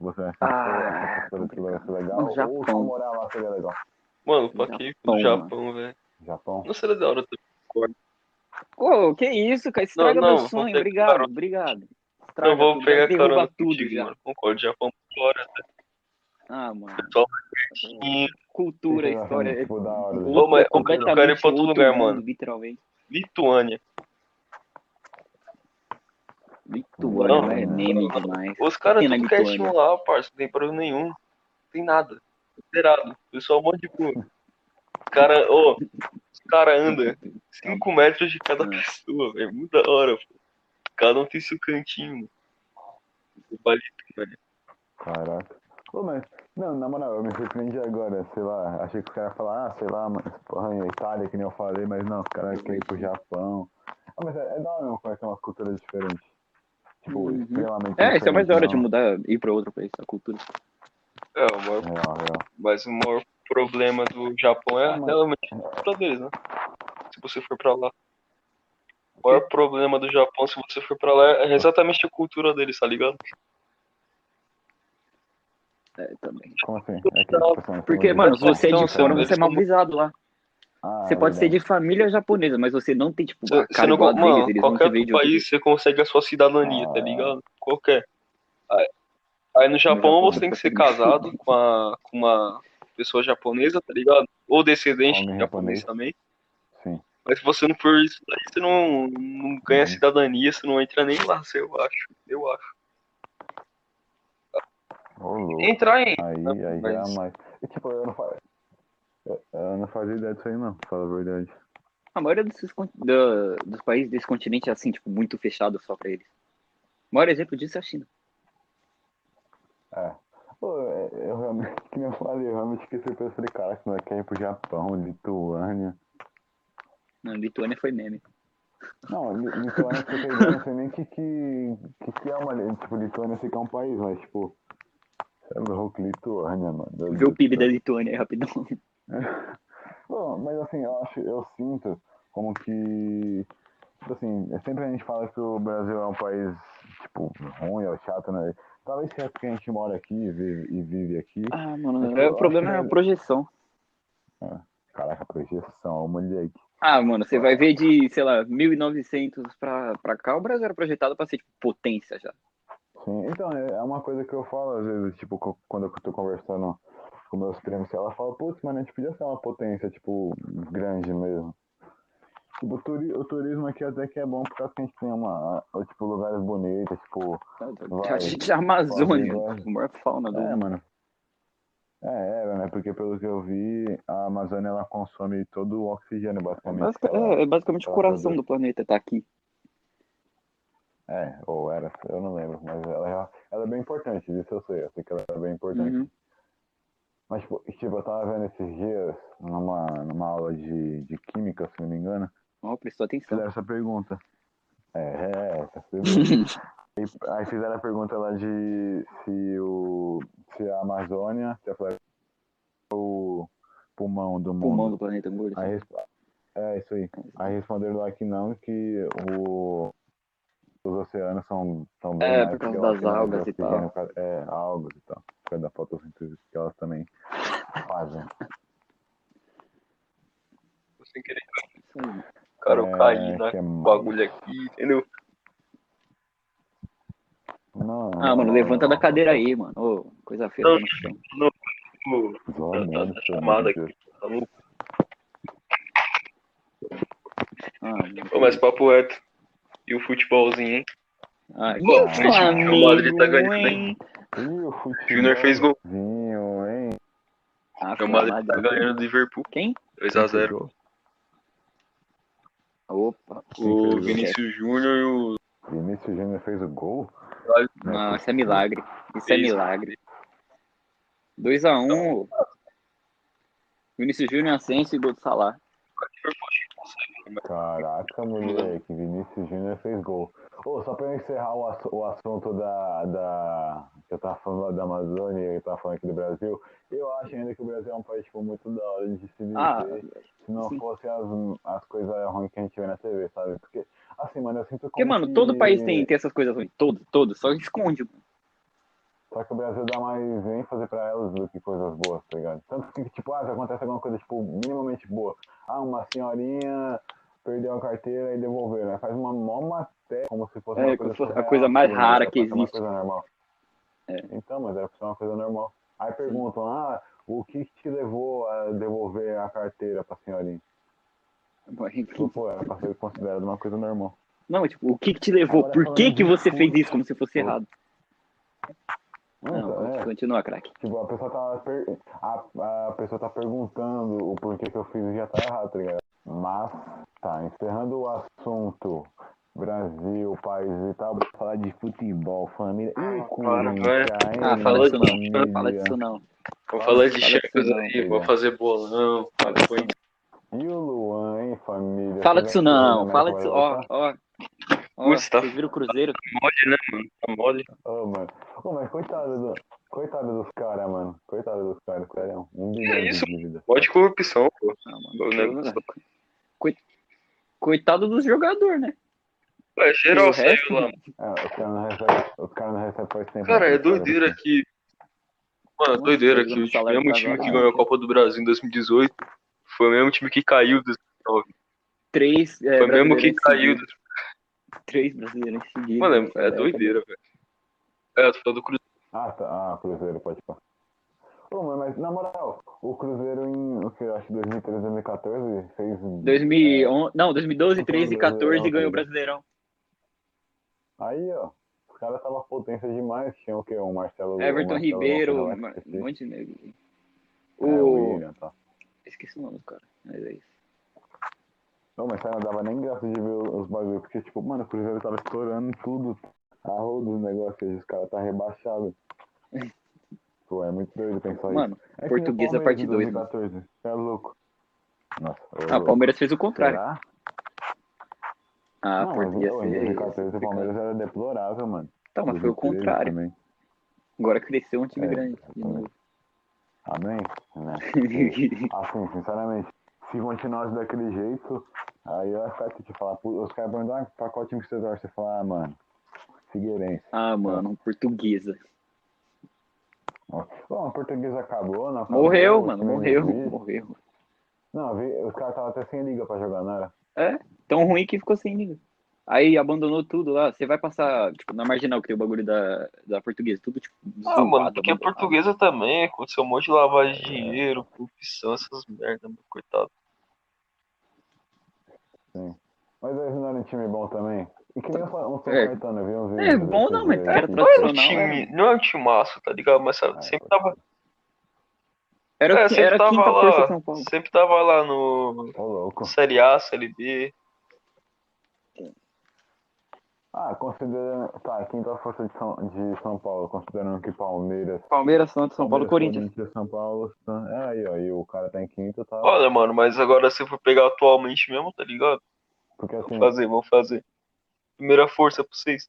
Speaker 1: Você acha que
Speaker 3: Ah,
Speaker 1: essa cultura vai ser legal?
Speaker 3: No
Speaker 1: Ou só
Speaker 3: Japão.
Speaker 1: morar lá seria legal?
Speaker 4: Mano, pra que ir
Speaker 3: Japão,
Speaker 4: pro
Speaker 3: mano.
Speaker 4: Japão, velho?
Speaker 1: Japão?
Speaker 4: Não seria da hora tá? também.
Speaker 3: Pô, que isso, cara? Estraga
Speaker 4: Não, não,
Speaker 3: meu
Speaker 4: vou
Speaker 3: sonho.
Speaker 4: ter-
Speaker 3: Obrigado,
Speaker 4: claro.
Speaker 3: obrigado. Estraga
Speaker 4: Não vou
Speaker 3: tudo, né?
Speaker 4: pegar
Speaker 3: derruba
Speaker 4: carona
Speaker 3: tudo
Speaker 4: contigo,
Speaker 3: já.
Speaker 4: mano. Concordo, Japão é da hora.
Speaker 3: Ah, mano.
Speaker 4: Pessoal,
Speaker 3: Cultura,
Speaker 1: Vocês acham,
Speaker 3: história. é
Speaker 1: Tipo, da hora.
Speaker 3: outro-
Speaker 1: né?
Speaker 4: Ô, mas eu
Speaker 3: é
Speaker 4: quero ir pra
Speaker 3: completamente
Speaker 4: outro
Speaker 3: outro
Speaker 4: lugar,
Speaker 3: mundo,
Speaker 4: mano.
Speaker 3: Literalmente.
Speaker 4: Lituânia.
Speaker 3: Lituânia
Speaker 4: Não,
Speaker 3: é
Speaker 1: não.
Speaker 3: meme demais.
Speaker 4: Os caras
Speaker 3: Aqui na
Speaker 4: tudo quietinho
Speaker 3: Lituânia.
Speaker 4: lá, parça. Não tem problema nenhum. Não tem nada. Zerado. O pessoal é um monte de boa. Os caras, ô. os caras andam 5 metros de cada
Speaker 3: Ah.
Speaker 4: pessoa, velho. Muito da hora, pô. Cada um tem seu cantinho. O palito, velho.
Speaker 1: Caraca. Ô, mas, não, na moral, eu me surpreendi agora, sei lá, achei que os caras iam falar, ah, sei lá, mas Espanha, Itália, que nem eu falei, mas não, os caras querem ir pro Japão. Ah, mas é, é da hora mesmo conhecer uma cultura diferente. Tipo,
Speaker 3: Uhum.
Speaker 1: extremamente.
Speaker 3: É, isso é mais da hora de
Speaker 1: diferente,
Speaker 3: mudar, ir pra outro país, a cultura.
Speaker 4: É, o maior-
Speaker 1: não. Real, real.
Speaker 4: mas o maior problema do Japão é realmente a cultura deles, né? Se você for pra lá. O maior problema do Japão, se você for pra lá, é exatamente a cultura deles, tá ligado?
Speaker 3: É, também.
Speaker 1: Como assim? É que, tipo, assim,
Speaker 3: Porque,
Speaker 1: como
Speaker 3: mano,
Speaker 1: diz-
Speaker 3: se você é
Speaker 4: Então,
Speaker 3: de fora,
Speaker 4: são-
Speaker 3: você é mal visado lá.
Speaker 1: Ah,
Speaker 3: Você
Speaker 1: é
Speaker 3: pode ser
Speaker 1: verdade.
Speaker 3: de família japonesa, mas você não tem, tipo, a
Speaker 4: Você, você
Speaker 3: cara
Speaker 4: não,
Speaker 3: igual a
Speaker 4: mano,
Speaker 3: deles, eles não
Speaker 4: qualquer
Speaker 3: te veem de outro.
Speaker 4: país você consegue a sua cidadania, tá ligado? Qualquer. Aí, aí no Japão
Speaker 3: Japão,
Speaker 4: você tem que ser casado com, a, com uma pessoa japonesa, tá ligado? Ou descendente
Speaker 1: Homem
Speaker 4: de japonês
Speaker 1: japonês.
Speaker 4: também.
Speaker 1: Sim.
Speaker 4: Mas se você não for isso, aí você não, não ganha
Speaker 1: Uhum.
Speaker 4: cidadania, você não entra nem lá, eu acho. Eu acho.
Speaker 1: Ô, louco.
Speaker 4: Entrar em.
Speaker 1: Aí,
Speaker 4: Não,
Speaker 1: aí já
Speaker 4: mas-
Speaker 1: é mais. E, tipo, eu não, fa... eu- eu não fazia ideia disso aí, não, pra falar a verdade.
Speaker 3: A maioria desses, con- da- dos países desse continente é assim, tipo, muito fechado só pra eles. O maior exemplo disso é a China.
Speaker 1: É. Pô, é- eu realmente, que nem eu falei, eu realmente fiquei surpreso. Falei, caraca, não quer ir é pro Japão, Lituânia.
Speaker 3: Na Lituânia foi meme.
Speaker 1: Não, Li- Lituânia, pra você ter ideia, eu não sei nem o que, que, que, que é uma. li- Tipo, Lituânia eu sei que é um país, mas, tipo. Sabe, louco, Lituânia, mano.
Speaker 3: Vê o PIB da Lituânia aí rapidão.
Speaker 1: Bom, mas assim, eu acho, eu sinto como que. tipo Assim, sempre a gente fala que o Brasil é um país, tipo, ruim, é chato, né? Talvez seja porque a gente mora aqui e vive, e vive aqui.
Speaker 3: Ah, mano,
Speaker 1: Eu
Speaker 3: é-
Speaker 1: acho
Speaker 3: o problema
Speaker 1: que-
Speaker 3: é a projeção.
Speaker 1: Caraca, projeção, ô moleque.
Speaker 3: Ah, mano, você vai ver de, sei lá, 1900 pra, pra cá, o Brasil era projetado pra ser, tipo, potência já.
Speaker 1: Sim, então, é é uma coisa que eu falo às vezes, tipo, co- quando eu tô conversando com meus primos, ela fala, putz, mas a gente podia ser uma potência, tipo, grande mesmo. Tipo, o, turi o turismo aqui até que é bom por causa que a gente tem uma, tipo, lugares bonitos, tipo,
Speaker 3: A
Speaker 1: Vai.
Speaker 3: gente é a Amazônia, tá?
Speaker 1: Vai.
Speaker 3: a maior fauna do
Speaker 1: É, mano. É, é, né? Porque pelo que eu vi, a Amazônia ela consome todo o oxigênio, basicamente.
Speaker 3: Basica-
Speaker 1: Ela-
Speaker 3: é, é basicamente o
Speaker 1: ela
Speaker 3: coração
Speaker 1: produz.
Speaker 3: do planeta, tá aqui.
Speaker 1: É, ou era, eu não lembro, mas ela, já- ela é bem importante, disso eu sei, eu sei que ela é bem importante.
Speaker 3: Uhum.
Speaker 1: Mas, tipo, tipo, eu tava vendo esses dias, numa, numa aula de, de química, se não me engano,
Speaker 3: Ó, prestou atenção.
Speaker 1: fizeram essa pergunta. É, é, é, tá vendo? E Aí fizeram a pergunta lá de se, o, se a Amazônia, se a floresta é o pulmão do mundo.
Speaker 3: Pulmão do planeta um gordo.
Speaker 1: Aí, resp- é isso aí. Aí responderam lá que não, que o, os oceanos são, são bem
Speaker 3: É,
Speaker 1: mais
Speaker 3: por causa
Speaker 1: que
Speaker 3: das
Speaker 1: oceano,
Speaker 3: algas
Speaker 1: que
Speaker 3: e tal.
Speaker 1: oxigênio, por causa- É, algas e tal. Por causa da fotossíntese que elas também fazem.
Speaker 4: Sem querer,
Speaker 3: Isso aí.
Speaker 4: cara, eu
Speaker 1: É,
Speaker 4: caí na
Speaker 1: que é mais-
Speaker 4: bagulho aqui, entendeu?
Speaker 1: Não,
Speaker 3: Ah, mano, levanta da cadeira aí, mano. Ô, coisa feia.
Speaker 4: Não.
Speaker 3: tá no chão.
Speaker 4: Pô,
Speaker 1: Zoando,
Speaker 4: Tá chamada
Speaker 1: pelo amor de Deus.
Speaker 4: tá louco.
Speaker 3: Ah, mano.
Speaker 4: Pô, mas papo reto. E o futebolzinho, hein?
Speaker 3: Ah,
Speaker 4: Pô,
Speaker 3: que-
Speaker 4: o Madrid tá ganhando, hein?
Speaker 1: Ih, o
Speaker 4: O Junior fez gol.
Speaker 1: futebolzinho, hein?
Speaker 3: Ah,
Speaker 4: O
Speaker 3: foi
Speaker 4: Madrid
Speaker 3: Madrid.
Speaker 4: tá ganhando do Liverpool.
Speaker 3: Quem?
Speaker 1: Uhum.
Speaker 4: 2x0.
Speaker 3: Opa.
Speaker 4: O Vinícius Júnior e o.
Speaker 1: Vinícius Júnior fez o gol?
Speaker 3: Não, isso é milagre. Isso é
Speaker 4: Fez.
Speaker 3: milagre. 2x1.
Speaker 4: Então.
Speaker 3: Um, Vinícius Júnior Ascenso e gol do Salah.
Speaker 1: Caraca, moleque, Vinícius Júnior fez gol. Ô, só pra eu encerrar o, ass- o assunto da, da. que eu tava falando lá da Amazônia e eu tava falando aqui do Brasil, eu acho ainda que o Brasil é um país tipo, muito da hora de se viver.
Speaker 3: Ah,
Speaker 1: se não
Speaker 3: sim.
Speaker 1: fossem as, as coisas ruins que a gente vê na TV, sabe? Porque, assim, mano, eu sinto como
Speaker 3: porque, mano,
Speaker 1: que- é?
Speaker 3: todo país tem, tem essas coisas ruins. Todo, todo. Só esconde. mano.
Speaker 1: Só que o Brasil dá mais ênfase pra elas do que coisas boas, tá ligado? Tanto que, tipo, ah, se acontece alguma coisa, tipo, minimamente boa. Ah, uma senhorinha perdeu a carteira e devolveram. Né? Faz uma mó matéria, como se fosse
Speaker 3: É,
Speaker 1: uma
Speaker 3: como
Speaker 1: coisa
Speaker 3: se fosse a
Speaker 1: surreal,
Speaker 3: coisa mais
Speaker 1: tá ligado?
Speaker 3: rara
Speaker 1: Era
Speaker 3: que
Speaker 1: pra ser uma
Speaker 3: existe.
Speaker 1: coisa normal.
Speaker 3: É.
Speaker 1: Então, mas era pra ser uma coisa normal. Aí perguntam, ah, o que que te levou a devolver a carteira pra senhorinha? Tipo, pô, era pra ser considerado uma coisa normal.
Speaker 3: Não, tipo, o que, que te levou?
Speaker 1: Agora
Speaker 3: Por
Speaker 1: falando
Speaker 3: que,
Speaker 1: de
Speaker 3: que você
Speaker 1: tudo.
Speaker 3: fez isso como se fosse errado?
Speaker 1: Então,
Speaker 3: Não,
Speaker 1: é.
Speaker 3: continua, craque.
Speaker 1: Tipo, a pessoa tá, per- a, a pessoa tá perguntando o porquê que eu fiz e já tá errado, tá ligado? Mas, tá, encerrando o assunto. Brasil, país e tal, bora falar de futebol, família. Ih,
Speaker 4: para,
Speaker 1: Corinthians, hein,
Speaker 3: Ah, fala disso não.
Speaker 1: família.
Speaker 3: Fala disso não.
Speaker 4: Vou falar de
Speaker 3: Fala um
Speaker 4: Champions
Speaker 3: disso não,
Speaker 4: aí, vou fazer bolão.
Speaker 3: Fala disso não.
Speaker 1: E o Luan, hein, família?
Speaker 3: Fala
Speaker 1: Vocês
Speaker 3: disso
Speaker 1: acham que o
Speaker 3: não.
Speaker 1: América
Speaker 3: Fala
Speaker 1: vai
Speaker 3: disso. Ó,
Speaker 1: voltar?
Speaker 3: ó. Ó,
Speaker 4: Putz, tá
Speaker 3: vocês viram o Cruzeiro?
Speaker 4: Mole, né, mano? Tá mole.
Speaker 1: Ô, mano. Ô, mas coitado, do... coitado dos caras, mano. Coitado dos caras, sério. Um bilhão
Speaker 4: isso?
Speaker 1: de dívida.
Speaker 4: Mó de corrupção, pô.
Speaker 3: Ah, mano,
Speaker 4: O negócio.
Speaker 3: coi- Coitado dos jogadores, né?
Speaker 4: É,
Speaker 3: E
Speaker 4: geral
Speaker 3: o resto?
Speaker 4: saiu lá, mano.
Speaker 1: É, os caras não recebem os cara não recebe faz tempo. né,
Speaker 4: Cara, é
Speaker 1: Os caras-
Speaker 4: doideira que. Mano, doideira que o
Speaker 3: Salário
Speaker 4: mesmo
Speaker 3: tá
Speaker 4: time que
Speaker 3: agora.
Speaker 4: ganhou a Copa do Brasil em 2018 foi o mesmo time que caiu. Dos...
Speaker 3: Três. É,
Speaker 4: Foi o mesmo que
Speaker 3: brasileiros
Speaker 4: caiu.
Speaker 3: seguidos.
Speaker 4: Dos...
Speaker 3: Três brasileiros em seguida.
Speaker 4: Mano, é, é
Speaker 3: Sabe?
Speaker 4: doideira, velho. É, eu tô falando do Cruzeiro.
Speaker 1: Ah, tá. Ah, Cruzeiro, pode pôr. Ô, mano, mas na moral, o Cruzeiro em, o que eu acho, 2013, 2014, fez...
Speaker 3: 2011, não, 2012, 13 e
Speaker 1: Ganhou o
Speaker 3: 14
Speaker 1: Brasileirão,
Speaker 3: ganhou
Speaker 1: cara.
Speaker 3: o Brasileirão.
Speaker 1: Aí, ó, os caras tava potência demais. Tinha o quê? O Marcelo... o
Speaker 3: Everton
Speaker 1: Marcelo
Speaker 3: Ribeiro,
Speaker 1: Lopes, não,
Speaker 3: ma- um
Speaker 1: esqueci.
Speaker 3: monte de nego.
Speaker 1: É, o
Speaker 3: O...
Speaker 1: William, tá.
Speaker 3: Esqueci o nome do cara, mas é isso.
Speaker 1: Não, mas cara, não dava nem graça de ver os bagulhos, porque, tipo, mano, o Cruzeiro tava estourando tudo, a roda do negócio, e os caras tá rebaixado. Pô, é muito doido pensar isso.
Speaker 3: Mano,
Speaker 1: É que nem o
Speaker 3: português da
Speaker 1: Palmeiras
Speaker 3: parte
Speaker 1: de
Speaker 3: dois, mano.
Speaker 1: 2014, você é louco. Nossa, ô,
Speaker 3: ah, o
Speaker 1: louco.
Speaker 3: Palmeiras fez o contrário.
Speaker 1: Será?
Speaker 3: Ah,
Speaker 1: Não, mas,
Speaker 3: português
Speaker 1: ô, em
Speaker 3: fez.
Speaker 1: 2014 o Palmeiras era deplorável, mano.
Speaker 3: Tá, mas foi
Speaker 1: 2013
Speaker 3: o contrário.
Speaker 1: Também.
Speaker 3: Agora cresceu um time
Speaker 1: É,
Speaker 3: grande. de
Speaker 1: também.
Speaker 3: novo.
Speaker 1: Amém? Né? Assim, sinceramente, se continuasse daquele jeito, aí eu até que te falar, pô, os caras vão dar um pacote de torce, você falar, ah, mano, Figueirense.
Speaker 3: ah, mano, portuguesa.
Speaker 1: Bom, o português acabou, não acabou,
Speaker 3: Morreu,
Speaker 1: o
Speaker 3: mano,
Speaker 1: time
Speaker 3: morreu,
Speaker 1: não vi.
Speaker 3: morreu.
Speaker 1: Não, vi, os caras estavam até sem liga pra jogar, não era?
Speaker 3: Tão ruim que ficou sem liga. Aí abandonou tudo lá. Você vai passar, tipo, na marginal que tem o bagulho da, da portuguesa. Tudo, tipo,
Speaker 4: Ah, mano,
Speaker 3: zoado, É.
Speaker 4: porque a
Speaker 3: abandonado.
Speaker 4: portuguesa também aconteceu um monte de lavagem de dinheiro, corrupção, essas merdas, mano, coitado.
Speaker 1: Mas eles não eram um time bom também. E que nem um São
Speaker 3: É.
Speaker 1: Caetano, eu vi uns
Speaker 3: É,
Speaker 1: vídeos
Speaker 3: bom
Speaker 1: desses
Speaker 3: não, mas
Speaker 1: aí, assim,
Speaker 3: cara,
Speaker 1: que-
Speaker 4: Não é um
Speaker 3: tradicional.
Speaker 4: time,
Speaker 3: Era,
Speaker 4: não é um timaço, tá ligado? Mas sabe, sempre tava.
Speaker 3: É.
Speaker 4: É,
Speaker 3: era, o que- era
Speaker 4: sempre
Speaker 3: a quinta
Speaker 4: tava
Speaker 3: força São
Speaker 4: lá.
Speaker 3: Paulo.
Speaker 4: Sempre tava lá no
Speaker 1: Ô, louco.
Speaker 4: Série A, Série B.
Speaker 1: Ah, considerando. Tá, quinta força de São, de São Paulo, considerando que Palmeiras.
Speaker 3: Palmeiras, Santos, São Paulo, Corinthians.
Speaker 1: Palmeiras, São Paulo. São- É, aí, ó, e o cara tá em quinto, tá?
Speaker 4: Olha, mano, mas agora se for pegar atualmente mesmo, tá ligado?
Speaker 1: Porque assim,
Speaker 4: Vamos fazer, vamos fazer. Primeira força pra vocês.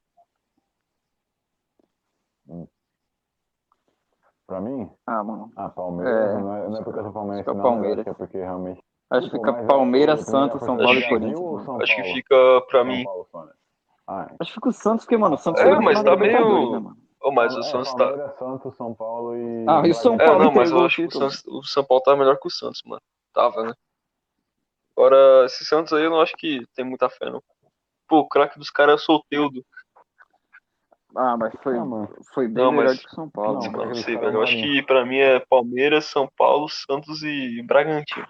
Speaker 1: pra mim,
Speaker 3: Ah, mano.
Speaker 1: ah, Palmeiras.
Speaker 3: É.
Speaker 1: Não, é, não é porque eu sou palmeirense,
Speaker 3: Fica
Speaker 1: não,
Speaker 3: Palmeiras.
Speaker 1: mas é porque realmente.
Speaker 3: Acho que
Speaker 1: Pô, mas
Speaker 3: fica
Speaker 1: é,
Speaker 3: Palmeiras,
Speaker 1: a primeira
Speaker 3: Santos,
Speaker 1: força
Speaker 3: São
Speaker 1: do
Speaker 3: Paulo e
Speaker 1: Brasil
Speaker 3: Corinthians.
Speaker 1: ou São
Speaker 4: Acho que
Speaker 1: Paulo?
Speaker 4: fica pra
Speaker 1: São
Speaker 4: mim.
Speaker 1: Paulo só, né? Ah,
Speaker 3: Acho que fica o Santos, porque, mano, o Santos
Speaker 1: É,
Speaker 3: foi
Speaker 1: mas
Speaker 3: campeão
Speaker 1: tá meio-
Speaker 3: Libertadores, né, mano?
Speaker 4: Ô, mas
Speaker 1: Palme-
Speaker 4: o
Speaker 1: é,
Speaker 4: Santos tá.
Speaker 1: Palmeiras, Santos, São Paulo e.
Speaker 3: Ah, e o São
Speaker 4: É,
Speaker 3: Paulo
Speaker 4: não, mas
Speaker 3: entregou
Speaker 4: eu
Speaker 3: o
Speaker 4: acho que o,
Speaker 3: título.
Speaker 4: Santos- o São Paulo tá melhor que o Santos, mano. Tava, né? Agora, esse Santos aí eu não acho que tem muita fé, não. Pô, o craque dos caras é o Soteudo.
Speaker 3: Ah, mas foi,
Speaker 1: Ah, mano.
Speaker 3: foi bem
Speaker 4: Não,
Speaker 3: melhor
Speaker 4: mas-
Speaker 3: que o São
Speaker 1: Não,
Speaker 3: Paulo.
Speaker 4: Putz,
Speaker 1: mas
Speaker 3: mano.
Speaker 4: mano, não
Speaker 1: aqueles
Speaker 4: sei,
Speaker 1: caras
Speaker 4: velho. é Eu acho
Speaker 1: marinhos.
Speaker 4: que pra mim é Palmeiras, São Paulo, Santos e Bragantino.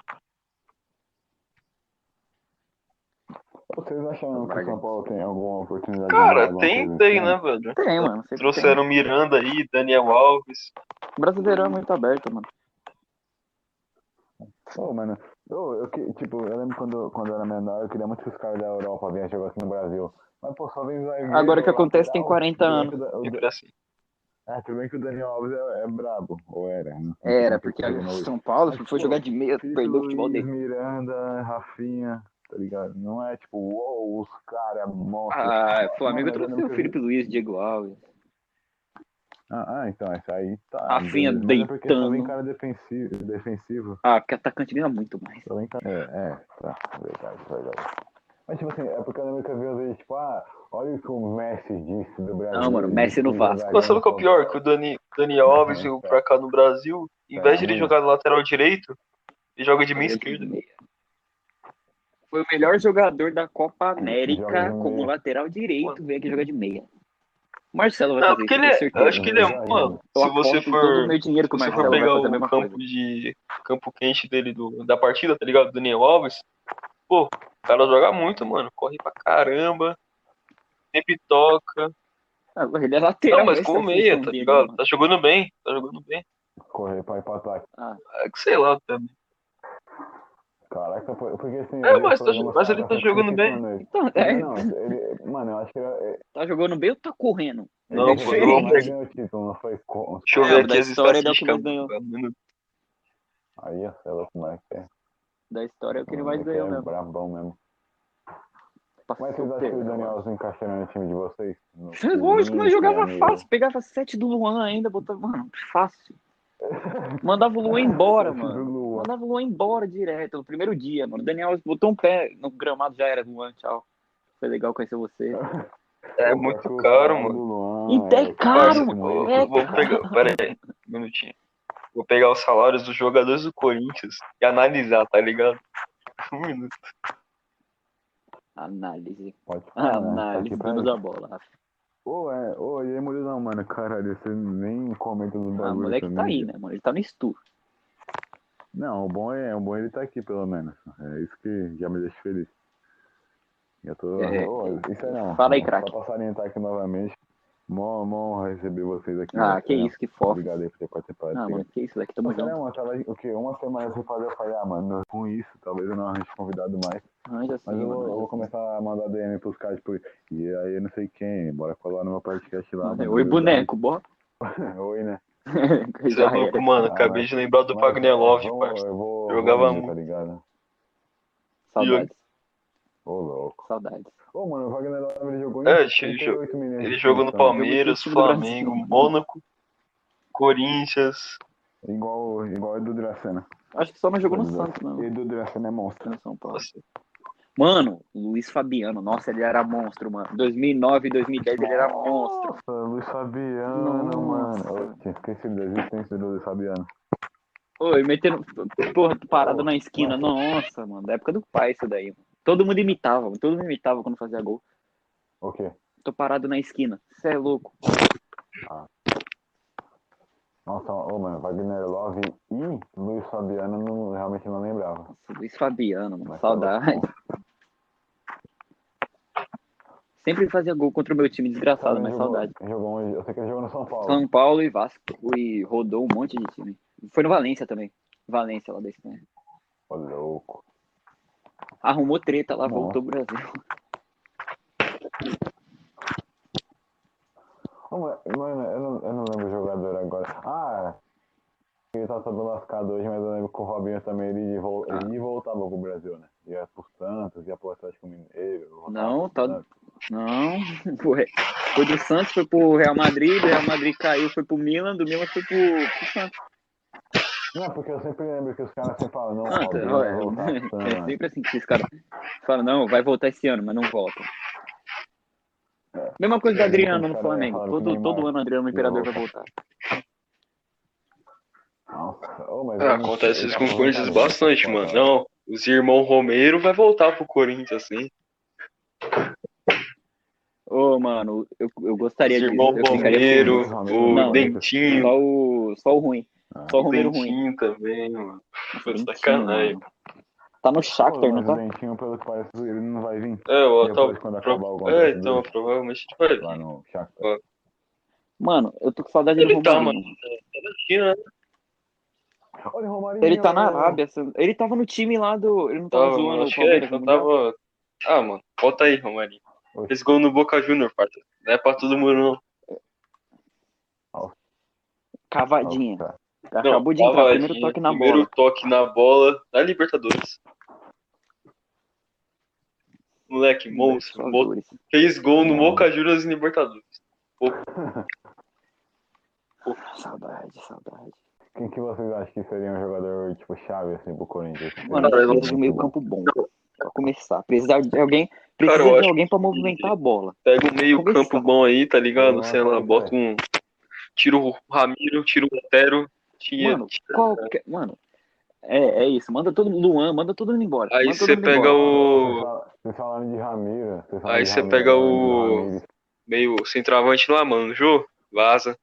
Speaker 1: Vocês acham que o São Paulo tem alguma oportunidade? de
Speaker 4: Cara,
Speaker 1: alguma
Speaker 4: tem,
Speaker 1: é coisa
Speaker 4: tem,
Speaker 1: assim?
Speaker 4: né, velho?
Speaker 3: Tem, mano. sempre
Speaker 4: Trouxeram Miranda aí, Daniel Alves.
Speaker 3: tem. Brasileirão é muito aberto, mano.
Speaker 1: Pô, mano, eu, eu, que- tipo, eu lembro quando, quando eu era menor, eu queria muito que os caras da Europa vinham jogar aqui no Brasil. Mas, pô, só vem zagueiro.
Speaker 3: Agora que
Speaker 1: lateral.
Speaker 3: acontece, tem 40
Speaker 1: Tudo bem
Speaker 3: anos.
Speaker 1: que o Da, o,
Speaker 4: Sempre
Speaker 1: da-
Speaker 4: assim.
Speaker 1: é, tudo bem que o Daniel Alves é, é brabo, ou era. né?
Speaker 3: Era,
Speaker 1: Não sei
Speaker 3: porque
Speaker 1: se ele não
Speaker 3: o
Speaker 1: hoje.
Speaker 3: São Paulo
Speaker 1: Mas,
Speaker 3: foi
Speaker 1: pô,
Speaker 3: jogar de meia,
Speaker 1: Felipe
Speaker 3: perdeu o futebol
Speaker 1: Luiz,
Speaker 3: dele.
Speaker 1: Miranda, Rafinha, tá ligado? Não é tipo, uou, os caras monstros.
Speaker 3: Ah, o
Speaker 1: Mano,
Speaker 3: Flamengo
Speaker 1: eu
Speaker 3: trouxe
Speaker 1: lembro
Speaker 3: o
Speaker 1: que eu
Speaker 3: Felipe Luiz, Diego Alves.
Speaker 1: Ah, ah, então, isso aí tá.
Speaker 3: Rafinha
Speaker 1: beleza. Mas é porque só vem
Speaker 3: deitando.
Speaker 1: cara defensivo. defensivo.
Speaker 3: Ah, porque atacante ganha muito mais.
Speaker 1: Também tá. É, é, tá. Verdade, verdade. Mas, tipo assim, é porque eu lembro que eu vi às vezes, tipo, ah, olha o que o Messi disse do Brasil.
Speaker 3: Não, mano, o Messi no Vasco.
Speaker 4: Mas sabe o que é o pior? Que o Dani, Daniel Alves veio pra cá no Brasil, em vez de ele jogar no lateral direito, ele joga de meia
Speaker 3: Joga de
Speaker 4: esquerda.
Speaker 3: meia. Foi o melhor jogador da Copa
Speaker 1: Joga um- de
Speaker 3: América
Speaker 1: meia.
Speaker 3: como lateral direito, veio aqui jogar de meia. O Marcelo vai
Speaker 4: Não,
Speaker 3: fazer
Speaker 4: porque
Speaker 3: isso,
Speaker 4: ele
Speaker 3: com
Speaker 4: é,
Speaker 3: certeza.
Speaker 4: eu acho que ele é,
Speaker 1: né?
Speaker 4: mano,
Speaker 3: Eu
Speaker 4: se você
Speaker 3: aposto todo o
Speaker 4: for,
Speaker 3: meu dinheiro que o
Speaker 4: se você
Speaker 3: Marcelo
Speaker 4: for
Speaker 3: vai
Speaker 4: pegar
Speaker 3: fazer a
Speaker 4: o
Speaker 3: mesma coisa.
Speaker 4: campo de campo quente dele do, da partida, tá ligado? Daniel Alves, pô, o cara joga muito, mano, corre pra caramba, sempre toca.
Speaker 3: Agora ele é lateral.
Speaker 4: Não, mas
Speaker 3: essa
Speaker 4: como
Speaker 3: é a
Speaker 4: meia,
Speaker 3: função
Speaker 4: tá
Speaker 3: dele,
Speaker 4: ligado?
Speaker 3: mano.
Speaker 4: Tá jogando bem, tá jogando bem.
Speaker 1: Correr pra ir pra ataque.
Speaker 4: É que sei lá também.
Speaker 1: Caraca, por- porque assim.
Speaker 4: É,
Speaker 1: eu vi
Speaker 4: mas
Speaker 1: o
Speaker 4: tá
Speaker 1: programa,
Speaker 4: jo- mas ele
Speaker 1: cara,
Speaker 4: tá
Speaker 1: eu
Speaker 4: jogando
Speaker 1: fiquei
Speaker 4: bem.
Speaker 1: pensando nele.
Speaker 3: Então, é,
Speaker 1: Não, ele, mano, eu acho que era.
Speaker 3: tá jogando bem ou tá correndo?
Speaker 4: Não,
Speaker 1: ele
Speaker 4: pô,
Speaker 1: ele
Speaker 4: não,
Speaker 1: mais ganhou o título, não foi. com-
Speaker 4: Deixa eu
Speaker 3: É,
Speaker 4: ver
Speaker 3: da
Speaker 4: aqui as
Speaker 3: história ele é o que
Speaker 4: estatísticas.
Speaker 3: mais ganhou.
Speaker 4: mano.
Speaker 1: Aí, ó, sei lá como é que é.
Speaker 3: Da história é o que ele
Speaker 1: Mano,
Speaker 3: mais ganhou
Speaker 1: é
Speaker 3: mesmo.
Speaker 1: brabão mesmo. Mas
Speaker 3: Passou
Speaker 1: vocês acham é que o
Speaker 3: perna, mano.
Speaker 1: Danielzinho encaixaria no time de vocês? No
Speaker 4: é
Speaker 3: Lógico, nós jogava
Speaker 1: Corinthians,
Speaker 3: fácil, pegava sete do Luan ainda, botava. Mano, fácil. Mandava o Luan embora,
Speaker 1: Sete do
Speaker 3: mano.
Speaker 1: Luan.
Speaker 3: Mandava o Luan embora direto, no primeiro dia, mano. O Daniel botou um pé no gramado, já era Luan, tchau. Foi legal conhecer você.
Speaker 4: É
Speaker 1: Pô,
Speaker 4: muito
Speaker 1: Arthur,
Speaker 4: caro,
Speaker 1: Paulo,
Speaker 4: mano.
Speaker 1: Luan,
Speaker 3: Então é caro,
Speaker 1: Cássio,
Speaker 3: mano.
Speaker 1: Moisés.
Speaker 3: É
Speaker 4: Vou
Speaker 3: caro.
Speaker 4: pegar, pera aí, um minutinho. Vou pegar os salários dos jogadores do Corinthians e analisar, tá ligado? Um minuto.
Speaker 3: Análise.
Speaker 1: Pode falar, né? Tá
Speaker 3: Ah, Análise,
Speaker 1: aqui pra
Speaker 3: donos
Speaker 1: isso.
Speaker 3: da bola.
Speaker 1: Ô, é, ô, e aí, Murilão, mano, caralho, você nem comenta do bagulho.
Speaker 3: Ah, o moleque tá
Speaker 1: também.
Speaker 3: aí, né, mano? Ele tá no estu.
Speaker 1: Não, o bom é, o bom é ele tá aqui, pelo menos. É isso que já me deixa feliz. Eu tô.
Speaker 3: É.
Speaker 1: ô, isso aí não.
Speaker 3: Fala aí, craque.
Speaker 1: Só pra salientar aqui novamente. Mó, mó honra receber vocês aqui.
Speaker 3: Ah,
Speaker 1: né?
Speaker 3: que isso, que fofo.
Speaker 1: Obrigado aí por ter participado.
Speaker 3: Ah,
Speaker 1: tá
Speaker 3: mano,
Speaker 1: ligado?
Speaker 3: que isso, daqui tamo
Speaker 1: Não,
Speaker 3: junto.
Speaker 1: mano, tava o quê? Uma semana sem fazer, eu falei, ah, mano, com isso, talvez eu não arranje convidado mais.
Speaker 3: Arranja sim,
Speaker 1: Mas eu, vou- eu vou
Speaker 3: mano.
Speaker 1: começar a mandar DM pros caras, tipo, e aí eu não sei quem, bora colar no meu podcast lá.
Speaker 3: Arranja
Speaker 1: mano.
Speaker 3: sim.
Speaker 1: Tipo,
Speaker 3: Oi, boneco, bora.
Speaker 1: Oi, né?
Speaker 4: Você é
Speaker 3: Já
Speaker 4: louco,
Speaker 3: era.
Speaker 4: mano.
Speaker 1: Ah,
Speaker 4: Acabei
Speaker 1: mas-
Speaker 4: de lembrar do
Speaker 1: Mas,
Speaker 4: Pagnelov,
Speaker 1: vamos-
Speaker 4: parça.
Speaker 1: Eu vou.
Speaker 4: Jogava
Speaker 1: vou ver,
Speaker 4: muito.
Speaker 1: Tá ligado?
Speaker 3: Saudades,
Speaker 1: Ô, louco.
Speaker 3: saudades.
Speaker 1: Ô, mano, o Wagner Love ele jogou
Speaker 4: É,
Speaker 1: em
Speaker 4: tio,
Speaker 1: 38 minutos.
Speaker 4: Ele jogou no
Speaker 1: então.
Speaker 4: Palmeiras,
Speaker 3: time do Brasil. né?
Speaker 4: Flamengo, Mônaco, Corinthians.
Speaker 1: Igual, igual o Edu Dracena.
Speaker 3: Acho que só não jogou no
Speaker 1: Edu-
Speaker 3: Santos, não.
Speaker 1: Edu Dracena é monstro.
Speaker 3: No São Paulo.
Speaker 4: Nossa,
Speaker 3: Mano, Luiz Fabiano, nossa, ele era monstro, mano. 2009 e 2010 ele era monstro.
Speaker 1: Nossa, Luiz Fabiano,
Speaker 3: Nossa.
Speaker 1: mano. Eu tinha esquecido da existência do Luiz Fabiano.
Speaker 3: Oi, metendo. Porra, parada na esquina. Nossa, mano. Da época do pai, isso daí. mano. Todo mundo imitava, mano. todo mundo imitava quando fazia gol.
Speaker 1: O quê?
Speaker 3: Tô parado na esquina. Cê é louco.
Speaker 1: Nossa, ô, mano, Wagner Love e Luiz Fabiano não, realmente não lembrava.
Speaker 3: Nossa, Luiz Fabiano, mano.
Speaker 1: Mas tá
Speaker 3: Saudade. Sempre fazia gol contra o meu time, desgraçado,
Speaker 1: Ele
Speaker 3: mas
Speaker 1: jogou-
Speaker 3: saudade.
Speaker 1: Jogou onde? Eu sei que ele jogou no São Paulo.
Speaker 3: São Paulo e Vasco. E rodou um monte de time. Foi no Valência também. Valência lá desse também.
Speaker 1: Ô, louco.
Speaker 3: Arrumou treta lá,
Speaker 1: Nossa.
Speaker 3: voltou pro Brasil.
Speaker 1: Ô, mano, mano, eu não, eu não lembro o jogador agora. Ah, ele tá todo lascado hoje, mas eu lembro que o Robinho também ele, vol
Speaker 3: Ah.
Speaker 1: ele voltava pro Brasil, né? Ia pro Santos, ia pro Atlético Mineiro. voltava pro
Speaker 3: Não, tá-
Speaker 1: Santos.
Speaker 3: Não, foi, foi do Santos, foi pro Real Madrid, do Real Madrid caiu, foi pro Milan, do Milan foi pro, pro Santos.
Speaker 1: Não, porque eu sempre lembro que os caras sempre falam, não,
Speaker 3: Ah, tá,
Speaker 1: Robinho vai voltar pro
Speaker 3: é, é
Speaker 1: Santos.
Speaker 3: sempre assim que os caras falam, não, vai voltar esse ano, mas não volta. Mesma coisa do Adriano no Flamengo, todo, todo ano o Adriano no Imperador vai voltar.
Speaker 1: Nossa, ô, mas
Speaker 4: Ah,
Speaker 1: eu não-
Speaker 4: acontece isso com
Speaker 1: eu
Speaker 4: o Corinthians
Speaker 1: não-
Speaker 4: bastante, mano. Não, os irmãos Romero vai voltar pro Corinthians, assim.
Speaker 3: Ô, mano, eu, eu gostaria
Speaker 4: Os
Speaker 3: de...
Speaker 4: irmãos
Speaker 3: Eu ficaria
Speaker 4: Romero,
Speaker 1: feliz.
Speaker 4: o
Speaker 3: Não, feliz.
Speaker 4: Dentinho,
Speaker 3: só o, só o ruim, só o
Speaker 4: o
Speaker 3: Romero ruim.
Speaker 4: Dentinho também, mano. Foi
Speaker 3: Dentinho,
Speaker 4: sacanagem.
Speaker 3: mano. Tá no
Speaker 1: Pô,
Speaker 3: Shakhtar, não
Speaker 1: mas
Speaker 3: tá?
Speaker 1: o Dentinho, pelo que parece, ele não vai vir
Speaker 4: É, ó,
Speaker 1: Depois,
Speaker 4: tá-
Speaker 1: quando
Speaker 4: pro-
Speaker 1: acabar o
Speaker 4: É,
Speaker 1: contrato
Speaker 4: então,
Speaker 1: dele.
Speaker 4: provavelmente vai vir.
Speaker 1: lá no Shakhtar.
Speaker 3: Mano, eu tô com saudade do
Speaker 4: Ele tá,
Speaker 3: Romarinho.
Speaker 4: China,
Speaker 1: Olha o Romarinho.
Speaker 3: Ele tá na
Speaker 1: olha-
Speaker 3: Arábia. assim, Ele tava no time lá do. Ele não tava
Speaker 4: tava, mano,
Speaker 3: zoando o
Speaker 4: acho que é,
Speaker 3: Palmeiras.
Speaker 4: então
Speaker 3: no Mundial?
Speaker 4: tava. Ah, mano, volta aí, Romarinho.
Speaker 1: Oi.
Speaker 4: Esse gol no Boca Juniors, parça. Não é pra todo mundo, não.
Speaker 3: Cavadinha.
Speaker 1: Nossa,
Speaker 4: Não,
Speaker 3: Acabou de entrar.
Speaker 4: tava,
Speaker 3: Primeiro
Speaker 4: assim,
Speaker 3: toque na
Speaker 4: primeiro
Speaker 3: bola.
Speaker 4: toque na bola na Libertadores. Moleque, monstro. bot-
Speaker 3: Libertadores.
Speaker 4: Fez gol no
Speaker 1: Monstro.
Speaker 4: Boca Juniors e Libertadores.
Speaker 3: Saudade, saudade.
Speaker 1: Quem que vocês acham que seria um jogador, tipo, chave, assim, pro Corinthians?
Speaker 3: Mano,
Speaker 4: Cara,
Speaker 3: eu
Speaker 4: eu
Speaker 3: preciso de um meio
Speaker 1: tipo,
Speaker 3: campo bom. Pra começar. Precisar de alguém.
Speaker 4: Cara, eu
Speaker 3: Precisa de
Speaker 4: acho
Speaker 3: alguém pra movimentar a bola.
Speaker 4: Pega um meio
Speaker 3: Começar.
Speaker 4: campo bom aí, tá ligado?
Speaker 1: Nossa,
Speaker 4: Sei lá,
Speaker 1: cara.
Speaker 4: bota um. Tira o Ramiro, tira o Otero. Tira,
Speaker 3: Mano,
Speaker 4: tira-
Speaker 3: qualquer. Mano. É, é isso. Manda todo mundo. Luan, manda todo mundo embora.
Speaker 4: Aí
Speaker 3: manda todo
Speaker 4: você
Speaker 3: mundo
Speaker 4: pega
Speaker 3: embora.
Speaker 1: Vocês
Speaker 4: o
Speaker 1: fal- Vocês falaram de Ramiro. vocês falaram
Speaker 4: Aí
Speaker 1: de
Speaker 4: você
Speaker 1: Ramiro,
Speaker 4: pega
Speaker 1: eu lembro do
Speaker 4: o-
Speaker 1: Ramiro.
Speaker 4: meio centroavante lá, mano. Jô, vaza.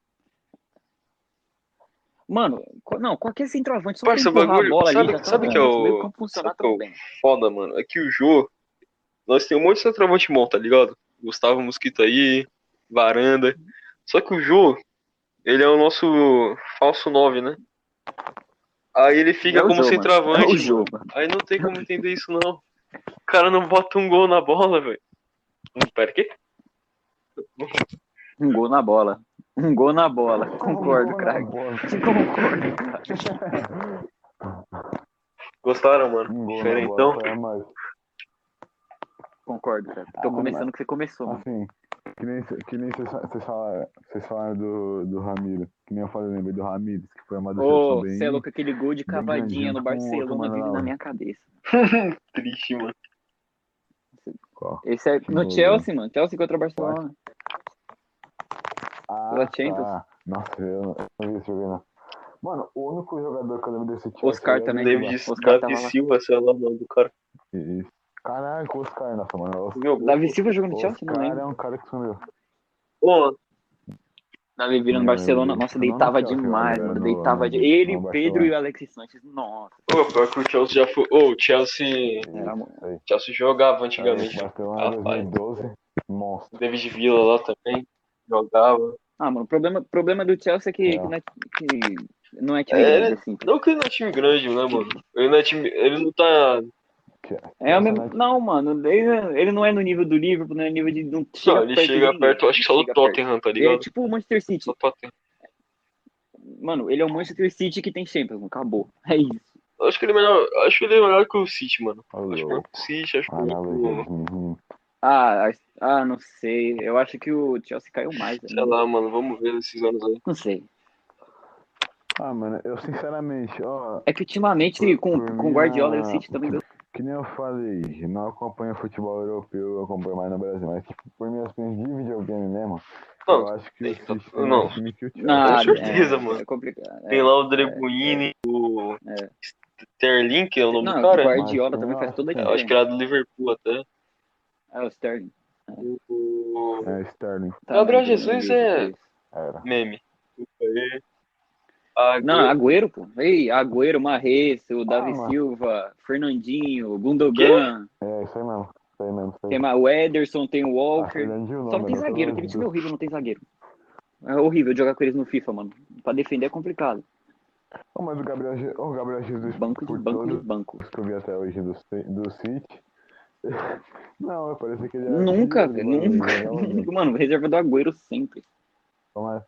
Speaker 3: Mano, co- não, qualquer centroavante só
Speaker 4: Parça,
Speaker 3: pra empurrar
Speaker 4: bagulho-
Speaker 3: a bola
Speaker 4: sabe-
Speaker 3: ali. já
Speaker 4: sabe
Speaker 3: tá
Speaker 4: que é
Speaker 3: bom.
Speaker 4: o-
Speaker 3: meio campo funcionar
Speaker 4: sabe que é o-
Speaker 3: tão bem.
Speaker 4: Foda, mano. É que o Jô. Nós temos um monte de centroavante bom, tá ligado? Gustavo Mosquito aí, Varanda. Só que o Jô, ele é o nosso falso 9, né? Aí ele fica
Speaker 3: É o
Speaker 4: como
Speaker 3: jogo, mano.
Speaker 4: centroavante.
Speaker 3: É o
Speaker 4: mano.
Speaker 3: jogo, mano.
Speaker 4: Aí não tem como entender isso, não. O cara não bota um gol na bola, velho. Hum, Pera, quê?
Speaker 3: Um gol na bola. Um gol na bola. Concordo,
Speaker 1: Mano,
Speaker 3: craque.
Speaker 1: boa.
Speaker 3: Concordo, craque.
Speaker 4: Gostaram, mano?
Speaker 3: né?
Speaker 1: Um gol na bola,
Speaker 4: Diferentão.
Speaker 1: foi a mais.
Speaker 3: Concordo, cara. Tô
Speaker 1: Ah,
Speaker 3: começando o que você começou, mano.
Speaker 1: Assim, que nem, que nem vocês, fa- vocês falaram, vocês falaram do, do Ramiro. Que nem eu falei, eu lembrei do Ramires, que foi uma das
Speaker 3: Ô,
Speaker 1: Tá, bem...
Speaker 3: você é louco, aquele gol de
Speaker 1: bem grandinho tá
Speaker 3: cavadinha no
Speaker 1: com outro
Speaker 3: Barcelona
Speaker 1: mano
Speaker 3: vive
Speaker 1: lá.
Speaker 3: na minha cabeça.
Speaker 4: Triste, mano.
Speaker 1: Qual?
Speaker 3: Esse é
Speaker 1: Sim,
Speaker 3: no
Speaker 1: o-
Speaker 3: Chelsea, mano. Chelsea contra o Barcelona.
Speaker 1: Ah,
Speaker 3: Pela Champions.
Speaker 1: tá. Nossa, eu não, eu não vi esse jogo, não. Mano, o único jogador que é eu lembro desse time...
Speaker 3: Oscar também.
Speaker 4: David,
Speaker 3: Os
Speaker 4: David
Speaker 3: caras tava lá.
Speaker 4: Silva, sei lá o nome do cara.
Speaker 1: Caraca, o Oscar, nossa, mano. O
Speaker 4: Meu,
Speaker 3: Davi Silva jogou no Chelsea, não
Speaker 1: Oscar
Speaker 3: lembro.
Speaker 1: é um cara que sumiu.
Speaker 4: Pô,
Speaker 3: Davi vira no
Speaker 1: Não,
Speaker 3: Barcelona.
Speaker 1: eu-
Speaker 3: Nossa,
Speaker 1: eu
Speaker 3: deitava
Speaker 1: não sei, eu
Speaker 3: demais,
Speaker 1: era
Speaker 3: mano.
Speaker 1: no-
Speaker 3: Deitava
Speaker 1: no-
Speaker 3: de. Ele,
Speaker 1: no
Speaker 3: o
Speaker 1: Barcelona.
Speaker 3: Pedro e o Alexis Sanches. Nossa,
Speaker 4: ô, pior que o Chelsea já foi. Ô, o Chelsea.
Speaker 1: É.
Speaker 3: era mo-
Speaker 4: Chelsea jogava antigamente.
Speaker 1: Barcelona
Speaker 4: Rapaz.
Speaker 1: 2012, monstro.
Speaker 4: David Villa lá também. Jogava.
Speaker 3: Ah, mano, o problema, o problema do Chelsea é que,
Speaker 1: É.
Speaker 3: que não é, que não é time
Speaker 4: É.
Speaker 3: grande, assim.
Speaker 4: Não que ele não é time grande, né, mano? Ele não é time. Ele não tá.
Speaker 3: É
Speaker 1: Nossa,
Speaker 3: o mesmo.
Speaker 1: mas-
Speaker 3: Não, mano, ele, ele não é no nível do Liverpool, não é no nível de. Não chega
Speaker 4: não, ele
Speaker 3: perto de
Speaker 4: chega
Speaker 3: ninguém,
Speaker 4: perto, acho que
Speaker 3: ele
Speaker 4: só do
Speaker 3: chega perto.
Speaker 4: Tottenham, tá
Speaker 3: Ele é
Speaker 4: ligado?
Speaker 3: tipo o Manchester City.
Speaker 4: Só do Tottenham.
Speaker 3: Mano, ele é o Manchester City que tem Champions, mano. Acabou. É isso.
Speaker 4: Eu Acho que ele é melhor. eu Acho que ele é melhor que o City, mano.
Speaker 1: Ô,
Speaker 4: Acho melhor
Speaker 1: louco.
Speaker 4: que é o City, acho
Speaker 3: um
Speaker 4: melhor que
Speaker 1: Analogia
Speaker 4: o.
Speaker 1: de menino.
Speaker 3: Ah, as- ah, não sei. Eu acho que o Chelsea caiu mais. né?
Speaker 4: Sei lá, mano, vamos ver esses anos aí.
Speaker 3: Não sei.
Speaker 1: Ah, mano, eu sinceramente, ó,
Speaker 3: É que ultimamente
Speaker 1: Por-
Speaker 3: com,
Speaker 1: por
Speaker 3: com
Speaker 1: mim,
Speaker 3: o Guardiola e o
Speaker 1: a-
Speaker 3: City também deu.
Speaker 1: que nem eu falei, não acompanho futebol europeu, eu acompanho mais no Brasil, mas tipo, por minhas opiniões de videogame mesmo,
Speaker 4: Não,
Speaker 1: eu acho que o
Speaker 4: tem-
Speaker 1: City
Speaker 4: não.
Speaker 1: tem mais time que o Chelsea.
Speaker 3: Não,
Speaker 4: certeza,
Speaker 3: é,
Speaker 4: mano.
Speaker 3: É complicado.
Speaker 4: Tem
Speaker 3: é.
Speaker 4: lá o Drebulini, o.
Speaker 3: É.
Speaker 4: Sterling, que é o nome
Speaker 3: Não,
Speaker 4: do
Speaker 3: o
Speaker 4: cara.
Speaker 3: Guardiola
Speaker 1: Mas,
Speaker 3: também faz toda a
Speaker 4: Eu acho que
Speaker 3: diferença.
Speaker 4: era do Liverpool até.
Speaker 3: É o Sterling.
Speaker 4: O
Speaker 1: É, Sterling,
Speaker 3: Tá,
Speaker 4: Gabriel
Speaker 3: né,
Speaker 4: Jesus
Speaker 3: do-
Speaker 4: é-
Speaker 3: do-
Speaker 1: era.
Speaker 4: meme. Ah,
Speaker 3: Não, Agüero, pô. Ei, Agüero, Marres, o Davi
Speaker 1: mano.
Speaker 3: Silva, Fernandinho, Gundogan,
Speaker 1: É, isso aí mesmo, isso aí mesmo, isso aí.
Speaker 3: tem mais o Ederson, tem o
Speaker 1: Ah,
Speaker 3: Walker.
Speaker 1: Fernandinho não,
Speaker 3: Só não tem
Speaker 1: mano,
Speaker 3: zagueiro,
Speaker 1: pelo
Speaker 3: aquele time é
Speaker 1: amor
Speaker 3: horrível, não tem zagueiro. É horrível jogar com eles no FIFA, mano. Pra defender é complicado.
Speaker 1: de Deus. Ô, mas o Gabriel, Je- ô, o Gabriel Jesus,
Speaker 3: Banco de
Speaker 1: por né,
Speaker 3: banco de
Speaker 1: todos
Speaker 3: banco.
Speaker 1: os que eu vi até hoje do, C- do City, não, parece que ele era
Speaker 3: Nunca,
Speaker 1: horrível,
Speaker 3: velho,
Speaker 1: mano, ele
Speaker 3: nunca,
Speaker 1: jogava bem.
Speaker 3: nunca. Mano, reserva do Agüero sempre.
Speaker 1: Mas-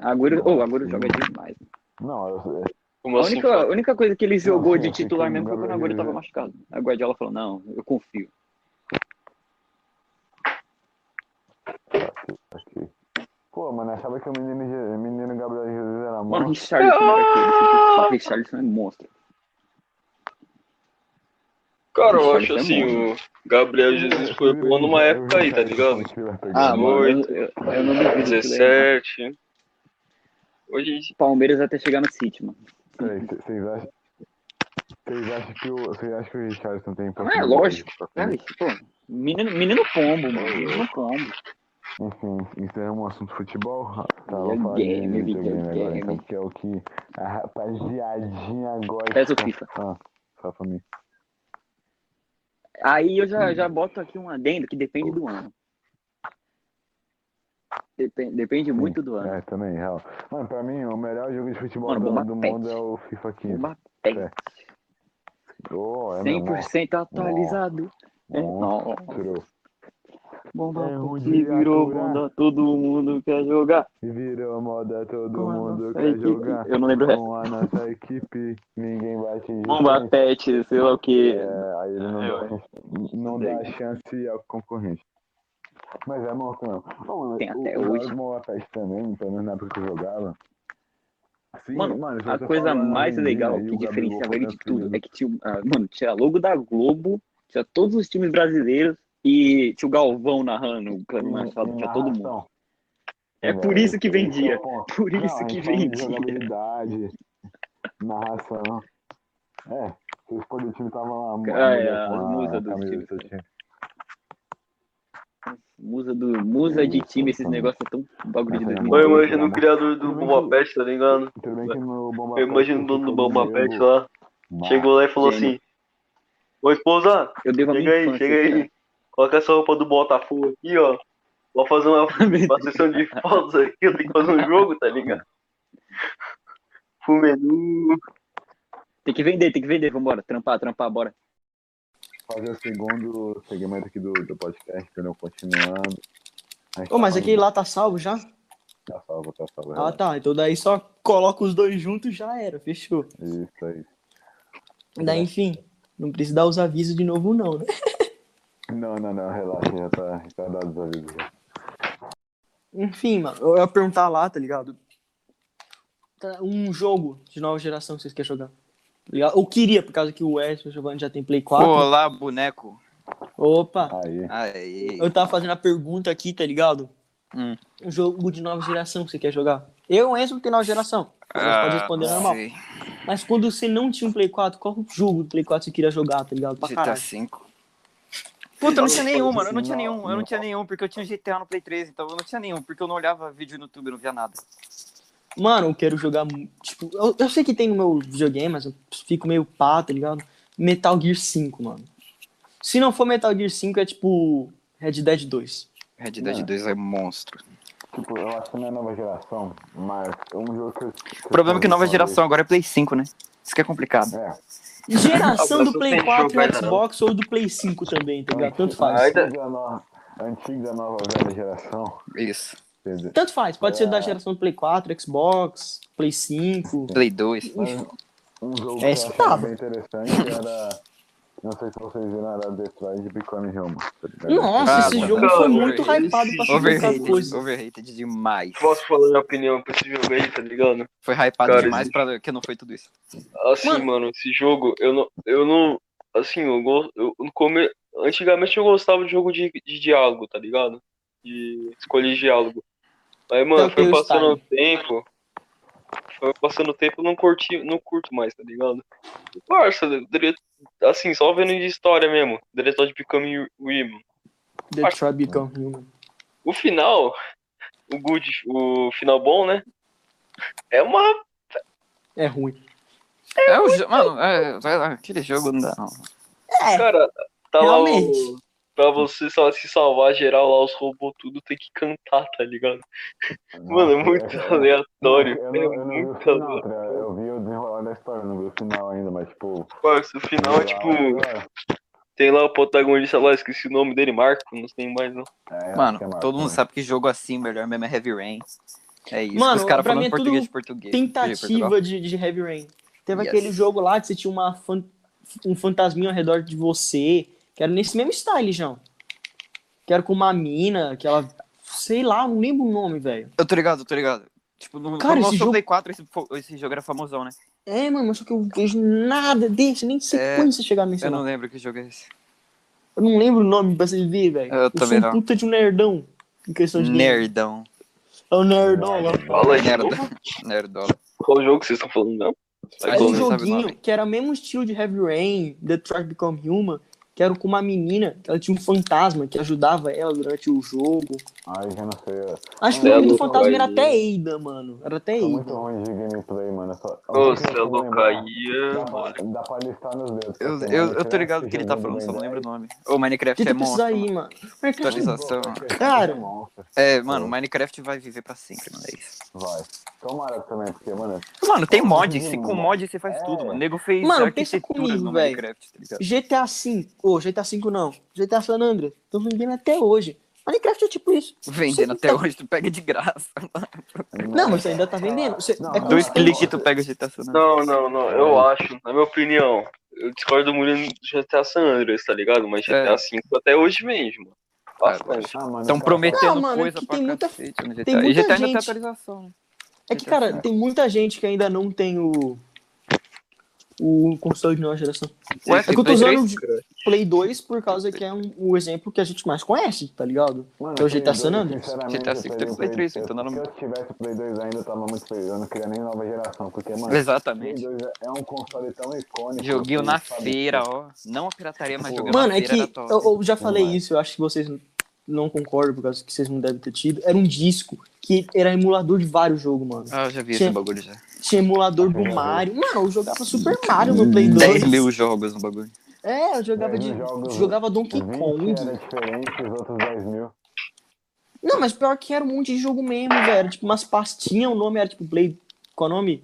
Speaker 3: Agüero,
Speaker 1: Nossa,
Speaker 3: oh, Agüero joga demais.
Speaker 1: Não, eu,
Speaker 4: como
Speaker 3: A
Speaker 4: assim?
Speaker 3: única, a única coisa que ele jogou
Speaker 1: sim,
Speaker 3: de
Speaker 1: eu sei
Speaker 3: titular
Speaker 1: que
Speaker 3: mesmo foi
Speaker 1: o
Speaker 3: quando o
Speaker 1: Gabriel
Speaker 3: Agüero tava
Speaker 1: Jesus-
Speaker 3: machucado. A Guardiola falou, não, eu confio.
Speaker 1: Aqui. Pô, mano, eu achava que o menino, Je- o menino Gabriel Jesus era
Speaker 3: Mano,
Speaker 1: monstro.
Speaker 3: o Richarlison é era aquele.
Speaker 1: Ah!
Speaker 3: O Richarlison é monstro.
Speaker 4: Cara, eu
Speaker 3: Richarlison
Speaker 4: acho
Speaker 3: é
Speaker 4: assim,
Speaker 3: bom,
Speaker 4: o Gabriel Jesus foi
Speaker 3: é
Speaker 4: bom numa época aí, tá ligado?
Speaker 1: é
Speaker 3: Ah, mano, eu,
Speaker 4: 18,
Speaker 3: eu, eu não duvido que ele é.
Speaker 4: 17. Hoje, a gente-
Speaker 3: O Palmeiras até chegar no City, mano.
Speaker 1: Peraí, c- Vocês acham, vocês acham que o, vocês acham que o Richardson tem um
Speaker 3: Não é lógico. Cara, isso, pô, menino, menino pombo, mano. Menino pombo.
Speaker 1: Enfim, encerramos o assunto futebol. Tá,
Speaker 3: Videogame,
Speaker 1: vamos falar de videogame agora,
Speaker 3: videogame.
Speaker 1: então, que é o que a rapaziadinha agora.
Speaker 3: Pesa o FIFA.
Speaker 1: Ah, só pra mim.
Speaker 3: Aí eu
Speaker 1: Hum.
Speaker 3: já, já boto aqui um adendo que depende do ano. Depende, depende muito do ano.
Speaker 1: É, também, real. Mano, pra mim, o melhor jogo de futebol
Speaker 3: Mano,
Speaker 1: do-
Speaker 3: bomba
Speaker 1: do,
Speaker 3: pet.
Speaker 1: mundo é o FIFA 15.
Speaker 3: Uma peste.
Speaker 1: Oh, é meu
Speaker 3: 100% atualizado. É,
Speaker 1: monstro.
Speaker 3: nossa. Bomba
Speaker 1: É ruim
Speaker 3: um que
Speaker 1: de
Speaker 3: virou
Speaker 1: aturar.
Speaker 3: bunda, todo mundo quer jogar.
Speaker 1: E virou moda, todo
Speaker 3: Com a
Speaker 1: mundo
Speaker 3: nossa
Speaker 1: quer
Speaker 3: equipe.
Speaker 1: jogar.
Speaker 3: Eu não lembro o resto.
Speaker 1: Com a nossa equipe, ninguém bate de
Speaker 3: Bomba
Speaker 1: frente.
Speaker 3: pet, sei lá o que.
Speaker 1: É, aí ele não,
Speaker 3: É,
Speaker 1: dá, não dá chance ao concorrente. Mas é morto não. Bom, mano,
Speaker 3: Tem
Speaker 1: o-
Speaker 3: até
Speaker 1: o
Speaker 3: hoje.
Speaker 1: Jorge Moura faz também, pelo menos na época que eu jogava. Sim,
Speaker 3: Mano,
Speaker 1: se
Speaker 3: A
Speaker 1: você
Speaker 3: coisa
Speaker 1: falar
Speaker 3: mais
Speaker 1: Argentina e
Speaker 3: legal que
Speaker 1: o Gabigol
Speaker 3: diferenciava ele de
Speaker 1: fazendo
Speaker 3: tudo é
Speaker 1: tudo,
Speaker 3: que tinha, ah, mano, tinha logo da Globo, tinha todos os times brasileiros e tinha o Galvão narrando, o
Speaker 1: Hum,
Speaker 3: Cano Machado,
Speaker 1: ah,
Speaker 3: tinha todo mundo.
Speaker 1: narração.
Speaker 3: É por isso que
Speaker 1: Esse então. é o
Speaker 3: vendia.
Speaker 1: ponto.
Speaker 3: Por
Speaker 1: Não,
Speaker 3: isso
Speaker 1: a
Speaker 3: que
Speaker 1: gente fala de
Speaker 3: vendia.
Speaker 1: jogabilidade, narração. É, se o escolher o time tava lá, a
Speaker 3: Cara,
Speaker 1: mulher
Speaker 3: é,
Speaker 1: com
Speaker 3: as
Speaker 1: a
Speaker 3: musas dos
Speaker 1: camisa do
Speaker 3: times,
Speaker 1: seu
Speaker 3: cara. Musa, do, musa de time, esses negócios é tão bagulho de
Speaker 1: Nossa,
Speaker 4: eu
Speaker 3: 2000.
Speaker 1: mano.
Speaker 4: imagino o criador do Bomba Pet, tá ligado?
Speaker 1: Tudo bem que no Bomba
Speaker 4: Eu imagino o dono do Bomba Pet lá.
Speaker 1: Mas,
Speaker 4: Chegou lá e falou
Speaker 3: Gênio.
Speaker 4: assim: Ô esposa,
Speaker 3: Eu devo a minha
Speaker 4: chega aí,
Speaker 3: infância.
Speaker 4: chega aí. Coloca essa roupa do Botafogo aqui, ó. Vou fazer uma, uma sessão de fotos aqui, eu tenho que fazer um jogo, tá ligado? Fumenu.
Speaker 3: Tem que vender, tem que vender. Vambora, trampar, trampar, bora.
Speaker 1: fazer o segundo segmento aqui do, do podcast, entendeu? Continuando. A gente
Speaker 2: Ô, mas
Speaker 1: tá
Speaker 2: aquele
Speaker 1: falando-
Speaker 2: lá tá salvo já?
Speaker 1: Tá salvo, tá salvo.
Speaker 2: Ah,
Speaker 1: relaxa.
Speaker 2: tá. Então daí só coloca os dois juntos já era, fechou.
Speaker 1: Isso aí.
Speaker 2: É. Daí, enfim, não precisa dar os avisos de novo, não, né?
Speaker 1: Não, não, não, relaxa, já tá retardado da vida. já.
Speaker 2: Enfim, mano, eu ia perguntar lá, tá ligado? Tá, Um jogo de nova geração que vocês querem jogar. tá ligado? Ou queria, por causa que o Wesley Giovanni já tem Play 4.
Speaker 5: Olá, boneco.
Speaker 2: Opa!
Speaker 1: Aí,
Speaker 5: Aí.
Speaker 2: Eu tava fazendo a pergunta aqui, tá ligado?
Speaker 5: Hum.
Speaker 2: Um jogo de nova geração que você quer jogar. Eu, Enzo, não tenho nova geração. Você pode responder normal.
Speaker 5: sei.
Speaker 2: Mas quando você não tinha um Play 4, qual jogo do Play 4 você queria jogar, tá ligado? Pra
Speaker 5: GTA
Speaker 2: caralho.
Speaker 5: V. Puta, eu não tinha nenhum, mano. Eu não tinha
Speaker 1: Não,
Speaker 5: nenhum. Eu não
Speaker 1: não.
Speaker 5: tinha nenhum, porque eu tinha GTA no Play 3, então eu não tinha nenhum, porque eu não olhava vídeo no YouTube, eu não via nada.
Speaker 2: Mano, eu quero jogar. mu- Tipo, eu, eu sei que tem no meu videogame, mas eu fico meio pá, tá ligado? Metal Gear 5, mano. Se não for Metal Gear 5, é tipo Red Dead 2.
Speaker 5: Red Dead
Speaker 1: Não.
Speaker 5: 2 é monstro.
Speaker 1: tipo, eu acho que não é nova geração, mas é um jogo que. eu- que
Speaker 5: O problema é que nova geração
Speaker 1: agora.
Speaker 5: agora é Play 5, né? Isso que é complicado.
Speaker 1: É,
Speaker 2: Geração
Speaker 4: Ah,
Speaker 2: do
Speaker 4: mas
Speaker 2: Play
Speaker 4: não tem
Speaker 2: 4
Speaker 4: jogo
Speaker 2: no
Speaker 4: ainda, não.
Speaker 2: Xbox ou do Play 5 também, tá ligado? Tanto
Speaker 1: A
Speaker 2: faz.
Speaker 4: Ainda-
Speaker 1: antiga, no- a antiga nova velha geração.
Speaker 5: Isso.
Speaker 1: entendeu?
Speaker 2: Tanto faz. Pode ser
Speaker 4: Ah.
Speaker 2: da geração do Play 4, Xbox, Play 5.
Speaker 5: Play 2.
Speaker 1: Mas um jogo
Speaker 2: É
Speaker 1: que
Speaker 2: isso
Speaker 1: eu
Speaker 2: que
Speaker 1: achava
Speaker 2: tava.
Speaker 1: bem interessante era. Não sei se vocês viram, era Detroit Become Human. tá ligado?
Speaker 2: Nossa,
Speaker 5: Ah,
Speaker 2: esse
Speaker 5: mano.
Speaker 2: jogo foi
Speaker 4: Cara,
Speaker 2: muito
Speaker 4: esse
Speaker 2: hypado pra ser muita
Speaker 5: Overrated.
Speaker 2: coisa.
Speaker 5: Overrated demais.
Speaker 4: Posso falar minha opinião pra esse jogo aí, tá ligado?
Speaker 5: Foi hypado
Speaker 4: Cara,
Speaker 5: demais
Speaker 4: existe.
Speaker 5: pra que não foi tudo isso.
Speaker 4: Assim,
Speaker 2: Mano.
Speaker 4: mano, esse jogo, eu não. Eu não assim, eu, go- eu no come, antigamente eu gostava de jogo de, de diálogo, tá ligado? De escolher diálogo. Aí, mano,
Speaker 2: Telltale
Speaker 4: foi passando o tempo. Foi passando o tempo, eu não curti, não curto mais, tá ligado? Parça, dire- assim, só vendo de história mesmo. Diretor de Become Women.
Speaker 2: Detroit Become Human.
Speaker 4: O final, o good, o final bom, né? É uma
Speaker 2: É ruim.
Speaker 5: É o jo- Mano, é, vai lá, aquele jogo não dá. não.
Speaker 2: É,
Speaker 4: Cara, tá lá
Speaker 2: Realmente.
Speaker 4: o... Pra você só se salvar geral lá, os robôs tudo tem que cantar, tá ligado? Mano, é muito aleatório.
Speaker 1: Eu,
Speaker 4: é
Speaker 1: não- eu não vi o
Speaker 4: muito
Speaker 1: final,
Speaker 4: aleatório.
Speaker 1: cara. eu vi o desenrolar da história, não vi o final ainda, mas tipo.
Speaker 4: Parça, o final é tipo. Tem lá o protagonista lá, esqueci o nome dele, Marco, não sei mais não.
Speaker 1: é,
Speaker 5: Mano, todo mundo sabe que jogo assim, melhor mesmo é Heavy Rain. É isso.
Speaker 2: Mano,
Speaker 5: Os caras
Speaker 2: pra mim é
Speaker 5: falando
Speaker 2: tudo
Speaker 5: português de português. de Portugal.
Speaker 2: Tentativa de, de Heavy Rain. Teve
Speaker 5: Yes.
Speaker 2: aquele jogo lá que você tinha uma fan- um fantasminha ao redor de você, que era nesse mesmo style, João. Que era com uma mina, que ela. Sei lá, não lembro o nome, velho.
Speaker 5: Eu tô ligado, eu tô ligado. Tipo, no,
Speaker 2: Cara,
Speaker 5: no nosso
Speaker 2: esse jogo-
Speaker 5: Play 4, esse, fo- esse jogo era famosão, né?
Speaker 2: É, mano, mas só que eu vejo nada desse, nem sequência chegar nesse.
Speaker 5: É, Eu não
Speaker 2: Eu,
Speaker 5: lembro que jogo é esse.
Speaker 2: eu não lembro o nome pra você ver, velho.
Speaker 5: Eu também
Speaker 2: sou um
Speaker 5: não.
Speaker 2: puta de um nerdão. Em questão de. game.
Speaker 5: Nerdão.
Speaker 2: É um nerdão lá.
Speaker 4: Fala aí, de
Speaker 5: Merda.
Speaker 4: novo.
Speaker 5: Nerdão.
Speaker 4: qual jogo que vocês estão falando, não?
Speaker 2: Era
Speaker 4: Vai
Speaker 5: Mas
Speaker 2: um
Speaker 5: não
Speaker 4: correr.
Speaker 5: jogo- É sabe o
Speaker 2: joguinho
Speaker 5: nome.
Speaker 2: que era o mesmo um estilo de Heavy Rain, Detroit Become Human, que era com uma menina, que ela tinha um fantasma que ajudava ela durante o jogo.
Speaker 1: Ai, já não sei. eu-
Speaker 2: Acho que o
Speaker 4: Cê é
Speaker 2: nome do
Speaker 4: louco,
Speaker 2: fantasma era
Speaker 4: aí.
Speaker 2: até Eida, mano. Era até
Speaker 1: Tô muito
Speaker 2: Eida.
Speaker 1: ruim de gameplay, mano. eu Só...
Speaker 4: Ô,
Speaker 1: eu só
Speaker 4: cê é
Speaker 1: consigo
Speaker 4: louco
Speaker 1: lembrar.
Speaker 4: aí, é
Speaker 1: Dá pra,
Speaker 4: mano.
Speaker 1: Tá dá pra listar nos dedos.
Speaker 5: Eu,
Speaker 1: Assim,
Speaker 5: eu,
Speaker 1: mano,
Speaker 5: eu tô
Speaker 1: será
Speaker 5: ligado o que ele tá
Speaker 1: esse
Speaker 5: falando, só
Speaker 1: jogo
Speaker 5: não lembro o
Speaker 1: do
Speaker 5: nome. Ô, Minecraft
Speaker 2: Tenta
Speaker 5: é
Speaker 2: pesquisar
Speaker 5: monstro.
Speaker 2: tipo aí,
Speaker 5: mano.
Speaker 2: mano. Minecraft-
Speaker 5: Atualização.
Speaker 2: Cara.
Speaker 1: É monstro,
Speaker 5: É, mano, Minecraft vai viver pra sempre, mano. É isso.
Speaker 1: Vai. Tomara também, porque, mano,
Speaker 5: Mano, tem mod. Se com mod você faz
Speaker 1: É.
Speaker 5: tudo, mano. O nego fez
Speaker 2: Mano, pensa
Speaker 5: arquitetura
Speaker 2: comigo,
Speaker 5: no
Speaker 2: velho.
Speaker 5: Minecraft, tá ligado?
Speaker 2: GTA V. Ô, GTA V não. GTA San Andreas. Tô vendendo até hoje. Minecraft é tipo isso.
Speaker 5: Vendendo
Speaker 2: Você
Speaker 5: até hoje, tu pega de graça.
Speaker 2: Não, mas ainda tá vendendo. Você-
Speaker 1: Não,
Speaker 2: é
Speaker 1: não,
Speaker 5: Dois
Speaker 1: não.
Speaker 2: constante.
Speaker 5: cliques tu pega o GTA San Andreas.
Speaker 4: Não, não, não. Eu acho, na minha opinião, eu discordo muito do GTA San Andreas, tá ligado? Mas GTA
Speaker 5: É.
Speaker 4: V até hoje vende, mano.
Speaker 5: Cara,
Speaker 4: Bastante.
Speaker 1: Ah, mano,
Speaker 5: Estão
Speaker 1: cara,
Speaker 5: prometendo
Speaker 2: Não, mano, é
Speaker 5: coisa
Speaker 2: que
Speaker 5: pra
Speaker 2: tem muita-
Speaker 5: cacete no GTA.
Speaker 2: tem muita
Speaker 5: e GTA ainda tem
Speaker 2: gente-
Speaker 5: atualização. né?
Speaker 2: É que, cara, tem muita gente que ainda não tem o. O console de nova geração.
Speaker 5: Ué,
Speaker 2: É que eu tô
Speaker 5: Play
Speaker 2: usando
Speaker 5: 3?
Speaker 2: o Play 2 por causa que é um, o exemplo que a gente mais conhece, tá ligado?
Speaker 1: Mano,
Speaker 2: Então,
Speaker 1: Play
Speaker 2: GTA
Speaker 1: 2,
Speaker 2: San Andreas?
Speaker 1: sinceramente,
Speaker 5: GTA V
Speaker 1: eu
Speaker 5: teve
Speaker 1: peguei
Speaker 5: Play 3,
Speaker 1: eu-
Speaker 5: então dá no-
Speaker 1: Se eu tivesse Play 2 ainda, eu tava muito feliz. Eu não queria nem nova geração, porque, mano, Play
Speaker 5: Exatamente.
Speaker 1: 2 é um console tão icônico.
Speaker 5: Joguinho
Speaker 1: que
Speaker 5: na
Speaker 1: sabe
Speaker 5: feira,
Speaker 1: tudo.
Speaker 5: ó. Não a pirataria, mas
Speaker 1: Pô.
Speaker 5: joguinho
Speaker 2: Mano,
Speaker 5: na
Speaker 2: é
Speaker 5: feira
Speaker 2: que
Speaker 5: era
Speaker 2: eu,
Speaker 5: top.
Speaker 2: eu já falei
Speaker 1: Não é.
Speaker 2: isso, eu acho que vocês não concordam por causa que vocês não devem ter tido. Era um disco que era emulador de vários jogos, mano.
Speaker 5: Ah, eu já vi
Speaker 2: Tinha-
Speaker 5: esse bagulho já.
Speaker 2: Tinha emulador do
Speaker 1: Caramba.
Speaker 2: Mario. Mano, eu jogava Super Mario no Play
Speaker 5: 10
Speaker 2: 2.
Speaker 5: mil jogos no bagulho.
Speaker 2: É, eu jogava
Speaker 1: Dez
Speaker 2: de
Speaker 1: jogos. Uhum.
Speaker 2: jogava Donkey
Speaker 1: 20
Speaker 2: Kong.
Speaker 1: era diferente, os outros 10 mil.
Speaker 2: Não, mas pior que era um monte de jogo mesmo, velho. Era Tipo umas pastinhas, o nome era tipo Play, qual é o nome?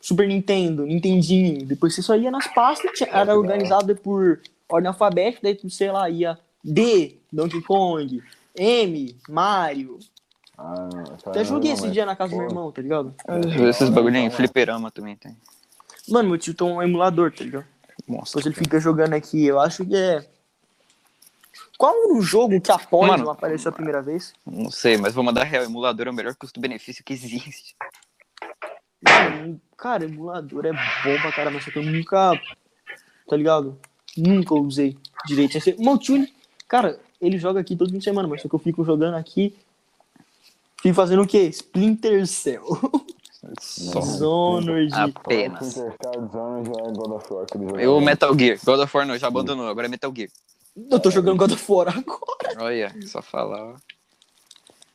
Speaker 2: Super Nintendo, Nintendinho. Depois você só ia nas pastas, tinha- era organizado por ordem alfabética, daí tu, sei lá, ia D, Donkey Kong, M, Mario,
Speaker 1: Ah, não, essa
Speaker 2: Até
Speaker 1: não,
Speaker 2: joguei
Speaker 1: não,
Speaker 2: esse
Speaker 1: mas-
Speaker 2: dia na casa do meu
Speaker 1: pô.
Speaker 2: irmão, tá ligado?
Speaker 5: Esses bagulhinhos, fliperama também tem.
Speaker 2: Mano, meu tio tem um emulador, tá ligado?
Speaker 5: Monstro.
Speaker 2: Depois ele fica jogando aqui, eu acho que é. Qual o jogo que a Poison
Speaker 5: Mano,
Speaker 2: apareceu a primeira vez?
Speaker 5: Não sei, mas vou mandar real. Emulador é o melhor custo-benefício que existe.
Speaker 2: Mano, um, Cara, emulador é bom pra caramba, só que eu nunca. Tá ligado? Nunca usei direito. Esse- O Maltune, cara, ele joga aqui todo fim de semana, mas só que eu fico jogando aqui. Fico fazendo o quê? Splinter Cell.
Speaker 5: Só.
Speaker 2: Dishonored.
Speaker 5: Apenas.
Speaker 1: Interstellar Zone já é God of War, aquele jogo.
Speaker 5: Eu, Metal Gear. God of War não, já abandonou. Agora é Metal Gear.
Speaker 2: Eu tô jogando God of War agora.
Speaker 5: Olha, só falar.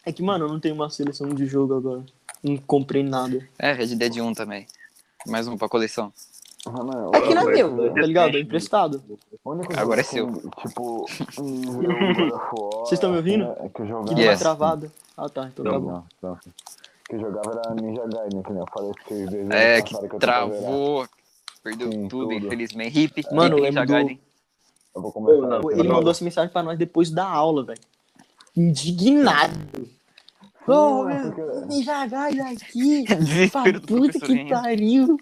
Speaker 2: É que, mano, eu não tenho uma seleção de jogo agora. Não comprei nada.
Speaker 5: É, Red Dead 1 também. Mais um pra coleção.
Speaker 1: Ah, mano,
Speaker 2: É que não
Speaker 1: eu-
Speaker 2: é meu, tá ligado? É emprestado.
Speaker 1: o único
Speaker 5: Agora
Speaker 1: jogo
Speaker 5: é
Speaker 1: que, Tipo, nível God of War,
Speaker 2: Vocês tão me ouvindo?
Speaker 1: né, Que eu jogava...
Speaker 2: Que deu uma
Speaker 5: Yes.
Speaker 2: travada. Ah, tá. Então tá
Speaker 1: Não,
Speaker 2: bom.
Speaker 1: não, não. Que eu jogava era Ninja Gaiden, que nem eu falei pra vocês dois anos
Speaker 5: É, que
Speaker 1: passados eu tô pra zerar.
Speaker 5: travou. Perdeu
Speaker 1: Sim,
Speaker 5: tudo,
Speaker 1: tudo.
Speaker 5: infelizmente. Hip,
Speaker 2: Mano, eu
Speaker 5: hip,
Speaker 2: lembro do-
Speaker 5: Gaiden.
Speaker 1: Eu vou começar.
Speaker 4: Pô,
Speaker 1: a
Speaker 2: Pô,
Speaker 1: zerar.
Speaker 2: Ele mandou essa mensagem pra nós depois da aula, velho. Indignado. Ô,
Speaker 1: Não, é
Speaker 2: meu,
Speaker 1: porque-
Speaker 2: me jagai daqui. Pra
Speaker 5: Desespero do
Speaker 2: puta
Speaker 5: professor
Speaker 2: que
Speaker 5: Henrique.
Speaker 2: pariu.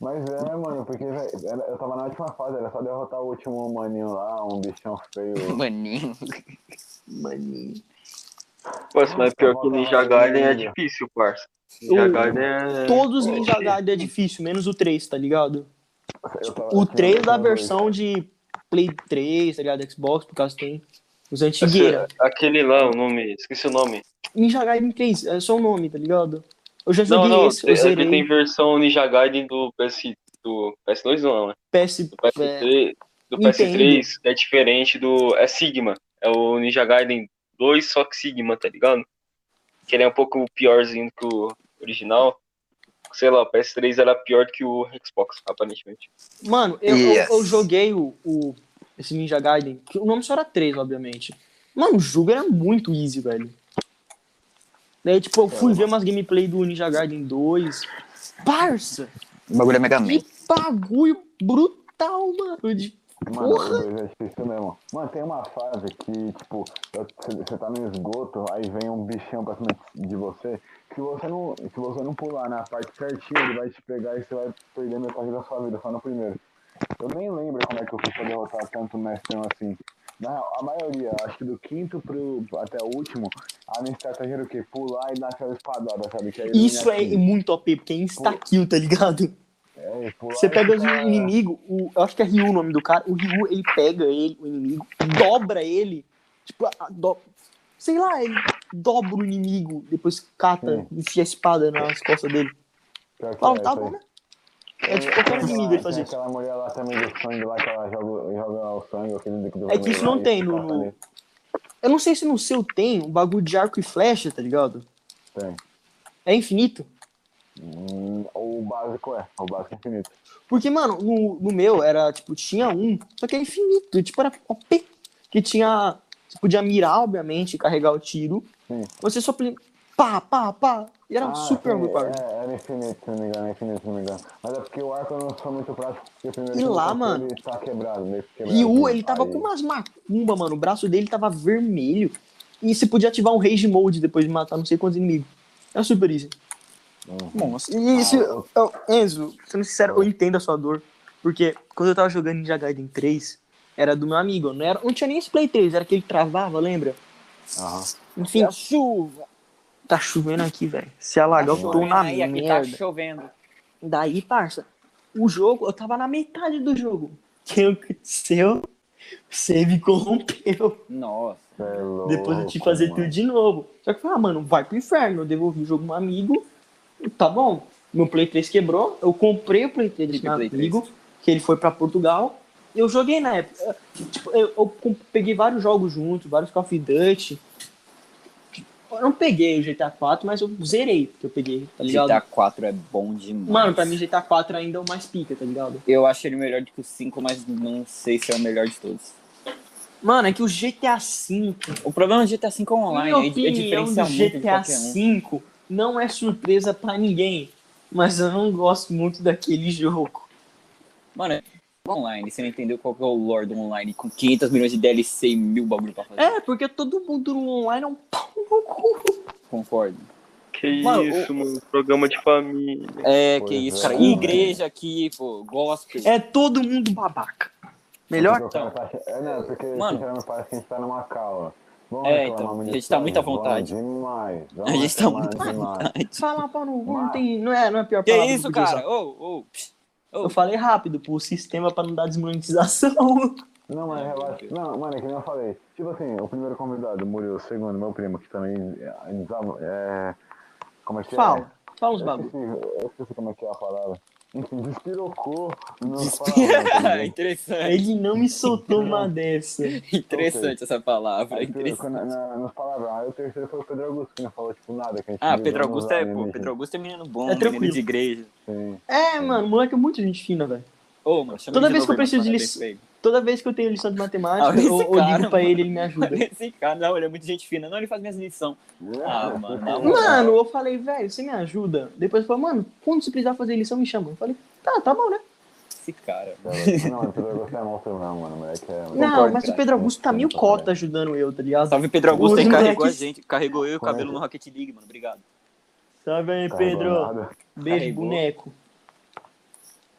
Speaker 1: Mas é, mano, porque velho, era- eu tava na última fase, era só derrotar o último maninho lá, um bichão feio.
Speaker 5: Maninho.
Speaker 2: Maninho.
Speaker 4: Mas, mas é pior que Ninja Gaiden é
Speaker 1: Ninja.
Speaker 4: difícil, parça. Ninja
Speaker 2: O-
Speaker 4: Gaiden é.
Speaker 2: Todos os
Speaker 4: é
Speaker 2: Ninja Gaiden é difícil, menos o 3, tá ligado?
Speaker 1: Eu tava-
Speaker 2: O
Speaker 1: eu tinha
Speaker 2: 3 da
Speaker 1: dois.
Speaker 2: versão de Play 3, tá ligado? Xbox, por causa que tem os antigueira.
Speaker 4: Esse- Aquele lá, o nome, esqueci o nome.
Speaker 2: Ninja Gaiden 3, é só o nome, tá ligado? Eu já
Speaker 4: Não,
Speaker 2: joguei
Speaker 4: não,
Speaker 2: esse, eu
Speaker 4: ele
Speaker 2: zerei
Speaker 4: tem versão Ninja Gaiden do, PS, do PS2, não, né?
Speaker 2: PS...
Speaker 4: Do PS3, do
Speaker 2: É. Nintendo.
Speaker 4: PS3 é diferente do. É Sigma. É o Ninja Gaiden 2, só que Sigma, tá ligado? Que ele é um pouco piorzinho que o original. Sei lá, o PS3 era pior que o Xbox, aparentemente.
Speaker 2: Mano, eu, eu-
Speaker 5: Yes.
Speaker 2: eu, joguei o, o- esse Ninja Gaiden, que o nome só era 3, obviamente. Mano, o jogo era muito easy, velho. Daí, tipo, eu fui ver umas gameplay do Ninja Gaiden 2. Parça!
Speaker 5: O bagulho é Mega Man.
Speaker 2: Que bagulho brutal, mano. De...
Speaker 1: Mano,
Speaker 2: Porra!
Speaker 1: o 2 é difícil mesmo. Mano, tem uma fase que, tipo, você tá no esgoto, aí vem um bichão pra cima de você. Se você não, se você não pular na parte certinha, ele vai te pegar e você vai perder metade da sua vida só no primeiro. Eu nem lembro como é que eu fiz pra derrotar tanto mestrão assim. Na real, a maioria, acho que do quinto pro, até o último, a minha estratégia era o quê? Pular e dar aquela espadada, sabe? Que aí ele
Speaker 2: Isso é
Speaker 1: vem assim.
Speaker 2: muito OP, porque é insta-kill, tá ligado?
Speaker 1: É, pular
Speaker 2: Você
Speaker 1: e
Speaker 2: pega o
Speaker 1: dar-
Speaker 2: inimigo, o, eu acho que é Ryu o nome do cara, o Ryu, ele pega ele, o inimigo, dobra ele, tipo, a- a- do- sei lá, ele dobra o inimigo, depois cata, enfia a espada nas costas dele.
Speaker 1: Pior que
Speaker 2: Fala,
Speaker 1: Hum. é,
Speaker 2: tá
Speaker 1: isso aí.
Speaker 2: bom, né? É tipo qualquer
Speaker 1: Tem
Speaker 2: inimigo
Speaker 1: aquela-
Speaker 2: ele fazer
Speaker 1: tem
Speaker 2: isso.
Speaker 1: Aquela mulher lá também do sangue lá que ela joga, joga o sangue, aquele líquido
Speaker 2: É que isso não
Speaker 1: vermelho lá,
Speaker 2: tem
Speaker 1: e
Speaker 2: no-
Speaker 1: passa
Speaker 2: no-
Speaker 1: ali.
Speaker 2: Eu não sei se no seu tem um bagulho de arco e flecha, tá ligado?
Speaker 1: Tem.
Speaker 2: É infinito.
Speaker 1: Hum, o básico é, o básico é infinito.
Speaker 2: Porque, mano, no, no meu era, tipo, tinha um, só que era infinito, tipo, era OP. Que tinha. Você podia mirar, obviamente, carregar o tiro.
Speaker 1: Sim.
Speaker 2: Você só pli- pá, pá, pá. E era um
Speaker 1: Ah,
Speaker 2: super
Speaker 1: sim,
Speaker 2: meu cara.
Speaker 1: é, era infinito, se não me engano, é infinito, se não me engano. Mas é porque o arco eu não sou muito prático, porque primeiro
Speaker 2: E
Speaker 1: que
Speaker 2: lá,
Speaker 1: eu comecei,
Speaker 2: mano,
Speaker 1: ele tá quebrado, meio que quebrado.
Speaker 2: E o, ele tava
Speaker 1: Aí-
Speaker 2: com umas macumbas, mano. O braço dele tava vermelho. E você podia ativar um rage mode depois de matar não sei quantos inimigos. Era super easy. Nossa. E isso,
Speaker 1: eu-
Speaker 2: eu- Enzo, sendo sincero, eu entendo a sua dor. Porque quando eu tava jogando Ninja Gaiden 3, era do meu amigo. Não, era, não tinha nem esse Play 3, era que ele travava, lembra?
Speaker 1: Aham.
Speaker 2: Enfim. chuva. Tá chovendo aqui, velho. Se alagar,
Speaker 1: é
Speaker 2: eu tô
Speaker 6: Chovendo
Speaker 2: na
Speaker 6: aí, aqui
Speaker 2: merda.
Speaker 6: tá chovendo.
Speaker 2: Daí, parça, o jogo, eu tava na metade do jogo. O que aconteceu? Você me corrompeu.
Speaker 6: Nossa.
Speaker 1: Cê é louco,
Speaker 2: Depois eu tive que fazer
Speaker 1: mano.
Speaker 2: tudo de novo. Só que eu falei, ah, mano, vai pro inferno. Eu devolvi o jogo pro meu amigo. Tá bom. Meu Play 3 quebrou. Eu comprei o Play 3
Speaker 6: Tive
Speaker 2: pro meu
Speaker 6: Play
Speaker 2: amigo, que ele foi pra Portugal. Eu joguei na época. Tipo, eu, eu com- peguei vários jogos juntos, vários Call of Duty. Eu não peguei o GTA 4, mas eu zerei, porque eu peguei, tá ligado?
Speaker 6: GTA 4 é bom demais.
Speaker 2: Mano, pra mim GTA 4 ainda é o mais pica, tá ligado?
Speaker 6: Eu acho ele melhor do que o 5, mas não sei se é o melhor de todos.
Speaker 2: Mano, é que o GTA V,
Speaker 6: O problema do GTA 5
Speaker 2: na
Speaker 6: online
Speaker 2: minha
Speaker 6: é, é
Speaker 2: opinião,
Speaker 6: diferenciar
Speaker 2: um do
Speaker 6: muito de
Speaker 2: GTA
Speaker 6: qualquer um.
Speaker 2: V não é surpresa pra ninguém. Mas eu não gosto muito daquele jogo.
Speaker 6: Mano, é online, você não entendeu qual que é o lore do online, com 500 milhões de DLC e mil bagulho pra fazer.
Speaker 2: É, porque todo mundo no online é um pau no cu.
Speaker 6: Concordo.
Speaker 4: Que
Speaker 2: Mano,
Speaker 4: isso, mano. Programa de família.
Speaker 6: É,
Speaker 1: Pois
Speaker 6: que isso,
Speaker 1: é,
Speaker 6: cara.
Speaker 1: mano.
Speaker 6: Igreja aqui, pô, gospel.
Speaker 2: É todo mundo É babaca.
Speaker 5: Melhor
Speaker 1: Porque o cara tá ach- É, não, porque
Speaker 6: Mano.
Speaker 1: sinceramente parece que a gente tá numa calma. Vamos
Speaker 6: É,
Speaker 1: reclamar
Speaker 6: então,
Speaker 1: muito
Speaker 6: a gente
Speaker 1: de
Speaker 6: tá muito à
Speaker 1: Vamos
Speaker 6: vontade.
Speaker 1: Demais.
Speaker 6: A
Speaker 1: vamos
Speaker 6: gente tá
Speaker 1: reclamar
Speaker 6: muito à
Speaker 1: demais.
Speaker 2: É
Speaker 6: vontade.
Speaker 2: Falar pau no cu não
Speaker 1: Mas-
Speaker 2: tem. Não é, não é a pior
Speaker 6: Que
Speaker 2: palavra
Speaker 6: isso,
Speaker 2: podia usar.
Speaker 6: cara? Ô, ô, psh,
Speaker 2: Eu falei rápido, pro sistema pra não dar desmonetização.
Speaker 1: Não, mas relaxa. Não, mano, é que nem eu falei. Tipo assim, o primeiro convidado, o Murilo, o segundo, meu primo, que também. É, desava- é, como é que é?
Speaker 2: Fala, fala uns
Speaker 1: Eu
Speaker 2: bagulho.
Speaker 1: esqueci, eu esqueci como é que é a palavra. Enfim, despirocou. Não
Speaker 6: Despi- interessante,
Speaker 2: É. Ele não me soltou uma dessa.
Speaker 6: interessante essa palavra. interessante.
Speaker 1: Nos palavrões. Aí o terceiro foi o Pedro Augusto, que não falou tipo nada. Que a gente
Speaker 6: Ah,
Speaker 1: viu,
Speaker 6: Pedro
Speaker 1: vamos
Speaker 6: Augusto
Speaker 1: lá,
Speaker 6: é,
Speaker 1: né,
Speaker 6: pô,
Speaker 1: gente?
Speaker 6: Pedro Augusto é menino bom,
Speaker 2: É
Speaker 6: menino
Speaker 2: tranquilo.
Speaker 6: de igreja.
Speaker 1: Sim.
Speaker 2: É, mano, moleque é muito gente fina, velho.
Speaker 6: Ô, mano, chama
Speaker 2: Toda
Speaker 6: ele
Speaker 2: vez
Speaker 6: de novo
Speaker 2: que eu
Speaker 6: aí,
Speaker 2: preciso de
Speaker 6: mano,
Speaker 2: lição-
Speaker 6: parabéns
Speaker 2: Toda vez que eu tenho lição de matemática,
Speaker 6: Ah, esse
Speaker 2: eu, eu
Speaker 6: cara,
Speaker 2: ligo pra
Speaker 6: mano.
Speaker 2: ele ele me
Speaker 6: pra
Speaker 2: ajuda.
Speaker 6: ele. Esse cara, não, ele é muito gente fina. Não, ele faz minhas lições. Ah, mano,
Speaker 1: Tá
Speaker 6: na moral.
Speaker 2: Mano, eu falei, velho, você me ajuda? Depois ele falou, mano, quando você precisar fazer lição, me chama. Eu falei, tá, tá bom, né?
Speaker 6: Esse cara, mano.
Speaker 1: Não, o Pedro Augusto é monstro não, mano. O moleque é.
Speaker 2: Não, mas o Pedro Augusto tá
Speaker 1: Sim,
Speaker 2: mil
Speaker 1: tá
Speaker 2: cota ajudando eu, tá ligado?
Speaker 6: Salve Pedro Augusto,
Speaker 2: Os
Speaker 6: aí carregou a
Speaker 2: moleques-
Speaker 6: gente. Carregou eu e o
Speaker 1: Como é
Speaker 6: cabelo
Speaker 1: que-
Speaker 6: no Rocket League, mano. Obrigado.
Speaker 2: Salve aí,
Speaker 1: Tá
Speaker 2: Pedro.
Speaker 1: abandonado.
Speaker 2: Beijo,
Speaker 6: Carregou.
Speaker 2: boneco.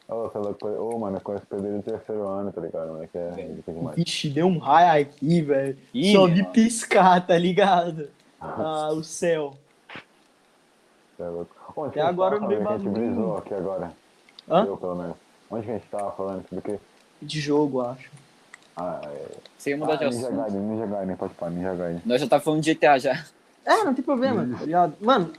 Speaker 1: Ô, você é louco, ô, mano, eu conheço o Pedro no terceiro ano, tá ligado? O moleque é rico demais.
Speaker 2: Vixe, deu um raio aqui, velho.
Speaker 6: Ih,
Speaker 2: Só
Speaker 6: meu
Speaker 2: vi
Speaker 6: irmão.
Speaker 2: piscar, tá ligado? Ah, o céu.
Speaker 1: Você é louco. Onde
Speaker 2: Até
Speaker 1: que a gente
Speaker 2: agora eu
Speaker 1: tava
Speaker 2: não dei
Speaker 1: falando que a gente
Speaker 2: bagulho.
Speaker 1: brisou aqui agora.
Speaker 2: Hã?
Speaker 1: Eu, pelo menos. Onde que a gente tava falando? Porque.
Speaker 2: De jogo, acho.
Speaker 1: Ah, é...
Speaker 6: Você ia mudar de
Speaker 1: ah Ninja
Speaker 6: assunto.
Speaker 1: Gaiden, Ninja Gaiden, pode pá, Ninja Gaiden.
Speaker 6: Nós já tá falando de GTA já.
Speaker 2: É, não tem problema, tá ligado? Mano,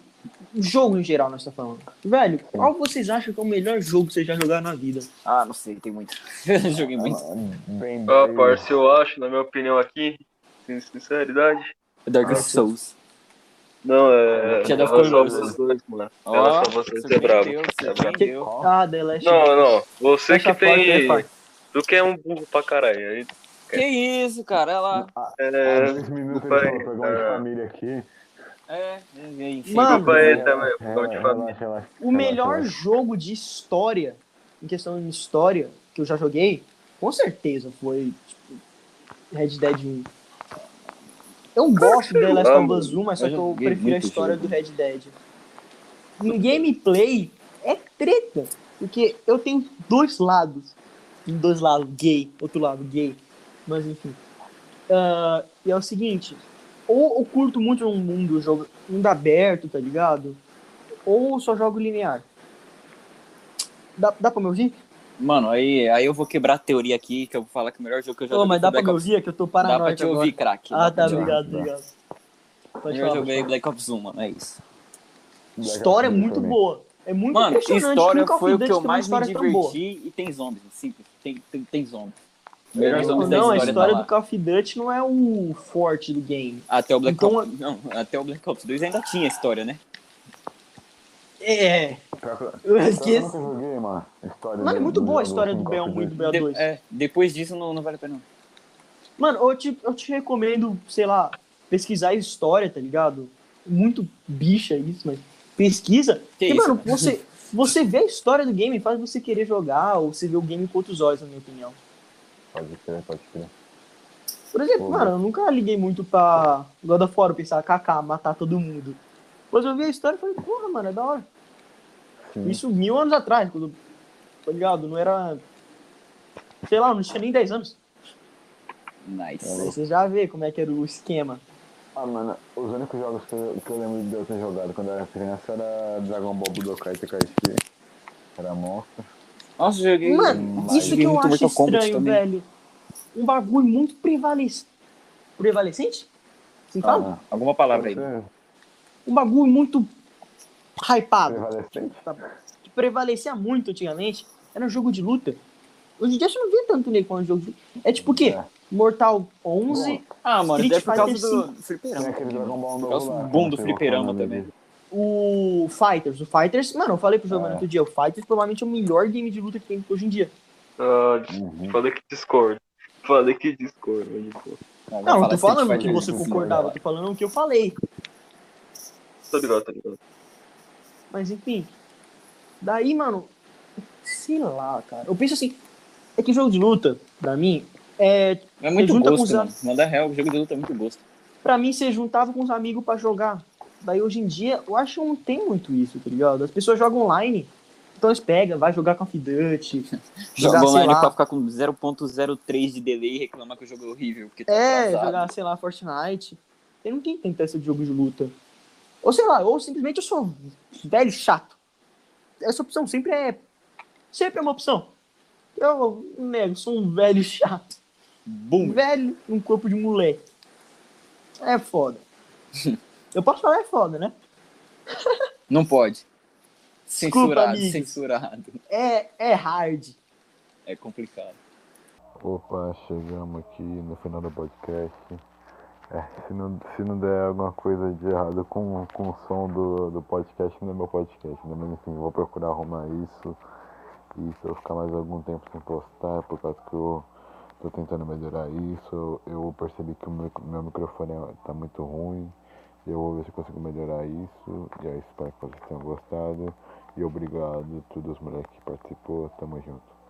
Speaker 2: jogo em geral nós tá falando. Velho, qual vocês acham que é o melhor jogo que vocês já jogaram na vida?
Speaker 6: Ah, não sei, tem muito. Eu Joguei muito.
Speaker 1: é Bem
Speaker 4: Ah,
Speaker 1: bem-
Speaker 4: parça, eu acho, na minha opinião aqui, sin- sinceridade.
Speaker 6: Dark Souls.
Speaker 4: Não, é.
Speaker 6: Já deve
Speaker 4: Last
Speaker 6: ficar
Speaker 4: of
Speaker 6: nervoso.
Speaker 4: Us 2, mano.
Speaker 6: Ó,
Speaker 4: The Last of Us 2 é brabo.
Speaker 6: surpreendeu,
Speaker 4: É brabo.
Speaker 6: surpreendeu.
Speaker 1: Qual?
Speaker 2: Ah, The Last of Us.
Speaker 4: Não, não. Você
Speaker 2: Fecha
Speaker 4: que
Speaker 2: a porta, né,
Speaker 4: tem.
Speaker 2: pai?
Speaker 4: Tu que é um burro pra caralho. aí,
Speaker 6: Que isso, cara? Olha lá.
Speaker 1: Há
Speaker 4: É.
Speaker 1: dois minutos
Speaker 4: Vai,
Speaker 1: ele falou programa de
Speaker 4: é.
Speaker 1: família aqui.
Speaker 6: É, enfim.
Speaker 2: Mano,
Speaker 4: Desculpa aí também,
Speaker 1: Relaxa,
Speaker 4: programa tá de
Speaker 1: relaxa,
Speaker 4: família.
Speaker 1: relaxa, relaxa.
Speaker 2: O melhor jogo de história, em questão de história, que eu já joguei, com certeza foi tipo, Red Dead 1. Eu gosto do The Last of Us 1, mas só
Speaker 6: Eu
Speaker 2: que eu
Speaker 6: joguei
Speaker 2: prefiro a
Speaker 6: muito
Speaker 2: história
Speaker 6: jogo.
Speaker 2: do Red Dead. No gameplay, é treta. Porque eu tenho dois lados. Um Dois lados, gay. Outro lado, gay. Mas enfim. Ah, e é o seguinte. Ou eu curto muito um mundo, jogo, mundo aberto, tá ligado? Ou só jogo linear. Dá, dá pra me ouvir?
Speaker 6: Mano, aí, aí eu vou quebrar a teoria aqui, que eu vou falar que o melhor jogo que eu já
Speaker 2: Ô, mas
Speaker 6: foi
Speaker 2: dá pra
Speaker 6: Black
Speaker 2: me
Speaker 6: Ops.
Speaker 2: ouvir? É que eu tô
Speaker 6: Dá
Speaker 2: paranoico
Speaker 6: pra te
Speaker 2: agora.
Speaker 6: ouvir, craque.
Speaker 2: Ah,
Speaker 6: Dá pra
Speaker 2: tá,
Speaker 6: te ouvir.
Speaker 2: obrigado,
Speaker 1: Dá.
Speaker 2: obrigado. Pode
Speaker 6: Eu
Speaker 2: falar.
Speaker 6: joguei Black Ops 1, mano, é isso.
Speaker 2: História é muito
Speaker 1: Também.
Speaker 2: boa. É muito
Speaker 6: Mano,
Speaker 2: impressionante.
Speaker 6: história
Speaker 2: nunca
Speaker 6: foi o que
Speaker 2: Duty
Speaker 6: eu
Speaker 2: teve uma
Speaker 6: mais me
Speaker 2: história tão boa.
Speaker 6: diverti e tem zombies, é simples, tem, tem, tem zombies.
Speaker 2: É, Não,
Speaker 6: Melhor zombies da
Speaker 2: não, a
Speaker 6: história,
Speaker 2: história
Speaker 6: tá
Speaker 2: do
Speaker 6: lá.
Speaker 2: Call of Duty não é o forte do game.
Speaker 6: Até o Black
Speaker 2: Então,
Speaker 6: Ops... Não, até o Black Ops 2 ainda tinha história, né?
Speaker 2: É,
Speaker 1: Pior que eu-
Speaker 2: eu
Speaker 1: pior que eu
Speaker 2: esqueci.
Speaker 1: nunca joguei, mano. História
Speaker 2: Mano, é
Speaker 1: do-
Speaker 2: muito
Speaker 1: do
Speaker 2: boa a
Speaker 1: jogo
Speaker 2: história
Speaker 1: assim,
Speaker 2: do
Speaker 1: Call
Speaker 2: Bel
Speaker 1: of
Speaker 2: 1 e do
Speaker 1: Duty.
Speaker 2: Bel
Speaker 6: De-
Speaker 2: 2.
Speaker 6: é, depois disso não, não vale a pena, não.
Speaker 2: Mano, eu te, eu te recomendo, sei lá, pesquisar história, tá ligado? Muito bicha isso, mas pesquisa.
Speaker 6: Que
Speaker 2: Porque,
Speaker 6: isso,
Speaker 2: mano,
Speaker 6: cara?
Speaker 2: você, você vê a história do game, faz você querer jogar ou você vê o game com outros olhos, na minha opinião.
Speaker 1: Pode crer, pode crer.
Speaker 2: Por exemplo,
Speaker 1: Uhum.
Speaker 2: mano, eu nunca liguei muito pra God of War, pensar, kaká, matar todo mundo. Mas eu vi a história e falei, porra, mano, é da hora.
Speaker 1: Sim.
Speaker 2: Isso mil anos atrás, quando, tá ligado? Não era, sei lá, não tinha nem 10 anos. Aí
Speaker 6: Nice.
Speaker 2: você já vê como é que era o esquema.
Speaker 1: Ah, mano, os únicos jogos que eu, que eu lembro de eu ter jogado quando eu era criança era Dragon Ball Budokai Tenkaichi. Era monstro.
Speaker 6: Nossa, eu joguei...
Speaker 2: Mano,
Speaker 6: Nossa,
Speaker 2: isso
Speaker 6: joguei
Speaker 2: que eu
Speaker 6: muito
Speaker 2: acho
Speaker 6: Mortal Kombat
Speaker 2: estranho,
Speaker 6: também.
Speaker 2: velho. Um bagulho muito prevalec- prevalecente? Assim fala?
Speaker 1: Ah,
Speaker 6: Alguma palavra aí.
Speaker 1: você-
Speaker 2: Um bagulho muito hypado.
Speaker 1: Prevalecente.
Speaker 2: que prevalecia muito antigamente era um jogo de luta. Hoje em dia você não vê tanto nele como um jogo de É tipo o quê?
Speaker 1: É.
Speaker 2: Mortal 11,
Speaker 6: Ah, mano,
Speaker 2: Street
Speaker 6: deve por causa
Speaker 2: Fighter
Speaker 6: do
Speaker 1: Tem
Speaker 6: fliperama.
Speaker 1: aquele Dragon Ball novo
Speaker 6: causa
Speaker 1: lá,
Speaker 6: do
Speaker 1: que
Speaker 6: boom
Speaker 1: eu não
Speaker 6: do
Speaker 1: sei qual
Speaker 6: fliperama
Speaker 1: o nome
Speaker 6: também.
Speaker 1: dele.
Speaker 2: o Fighters. O Fighters, mano, eu falei pro Giovanni
Speaker 1: É.
Speaker 2: outro dia, o Fighters provavelmente é o melhor game de luta que tem hoje em dia.
Speaker 4: Ah, des-
Speaker 1: Uhum.
Speaker 4: falei que discordo. Falei que discordo. mas discordo.
Speaker 6: Não,
Speaker 2: Não, não tô falando
Speaker 1: Fighter
Speaker 2: que você
Speaker 1: sim,
Speaker 2: concordava,
Speaker 1: né?
Speaker 2: tô falando o que eu falei.
Speaker 4: Tá ligado, tá ligado.
Speaker 2: Mas enfim. Daí, mano, sei lá, cara. Eu penso assim, é que jogo de luta, pra mim, é
Speaker 6: É muito
Speaker 2: Junta com
Speaker 6: gosto,
Speaker 2: os
Speaker 6: mano. Manda real, o jogo de luta é muito gosto.
Speaker 2: pra mim, você juntava com os amigos pra jogar. Daí, hoje em dia, eu acho que não tem muito isso, tá ligado? As pessoas jogam online. Então eles pegam, vai jogar Confidante. jogar,
Speaker 3: Joga
Speaker 2: sei
Speaker 3: online
Speaker 2: lá,
Speaker 3: pra ficar com 0.03 de delay e reclamar que o jogo é horrível. Porque tá
Speaker 2: É,
Speaker 3: atrasado.
Speaker 2: jogar, sei lá, Fortnite. Tem não tem tentar esse jogo de luta. Ou sei lá, ou simplesmente eu sou velho chato. Essa opção sempre é. Sempre é uma opção. Eu nego, sou um velho chato. Bom. Velho num corpo de moleque. É foda. eu posso falar é foda, né?
Speaker 3: Não pode.
Speaker 2: Desculpa,
Speaker 3: Censurado,
Speaker 2: amigos.
Speaker 3: censurado.
Speaker 2: É, é hard.
Speaker 3: É complicado.
Speaker 1: Opa, chegamos aqui no final do podcast. É, se, não, se não der alguma coisa de errado com, com o som do, do podcast, não é meu podcast, né? Mas enfim, vou procurar arrumar isso. E se eu ficar mais algum tempo sem postar, é por causa que eu tô tentando melhorar isso, eu percebi que o meu, meu microfone é- tá muito ruim. Eu vou ver se eu consigo melhorar isso. E aí, espero que vocês tenham gostado. E obrigado a todos os moleques que participou. Tamo junto.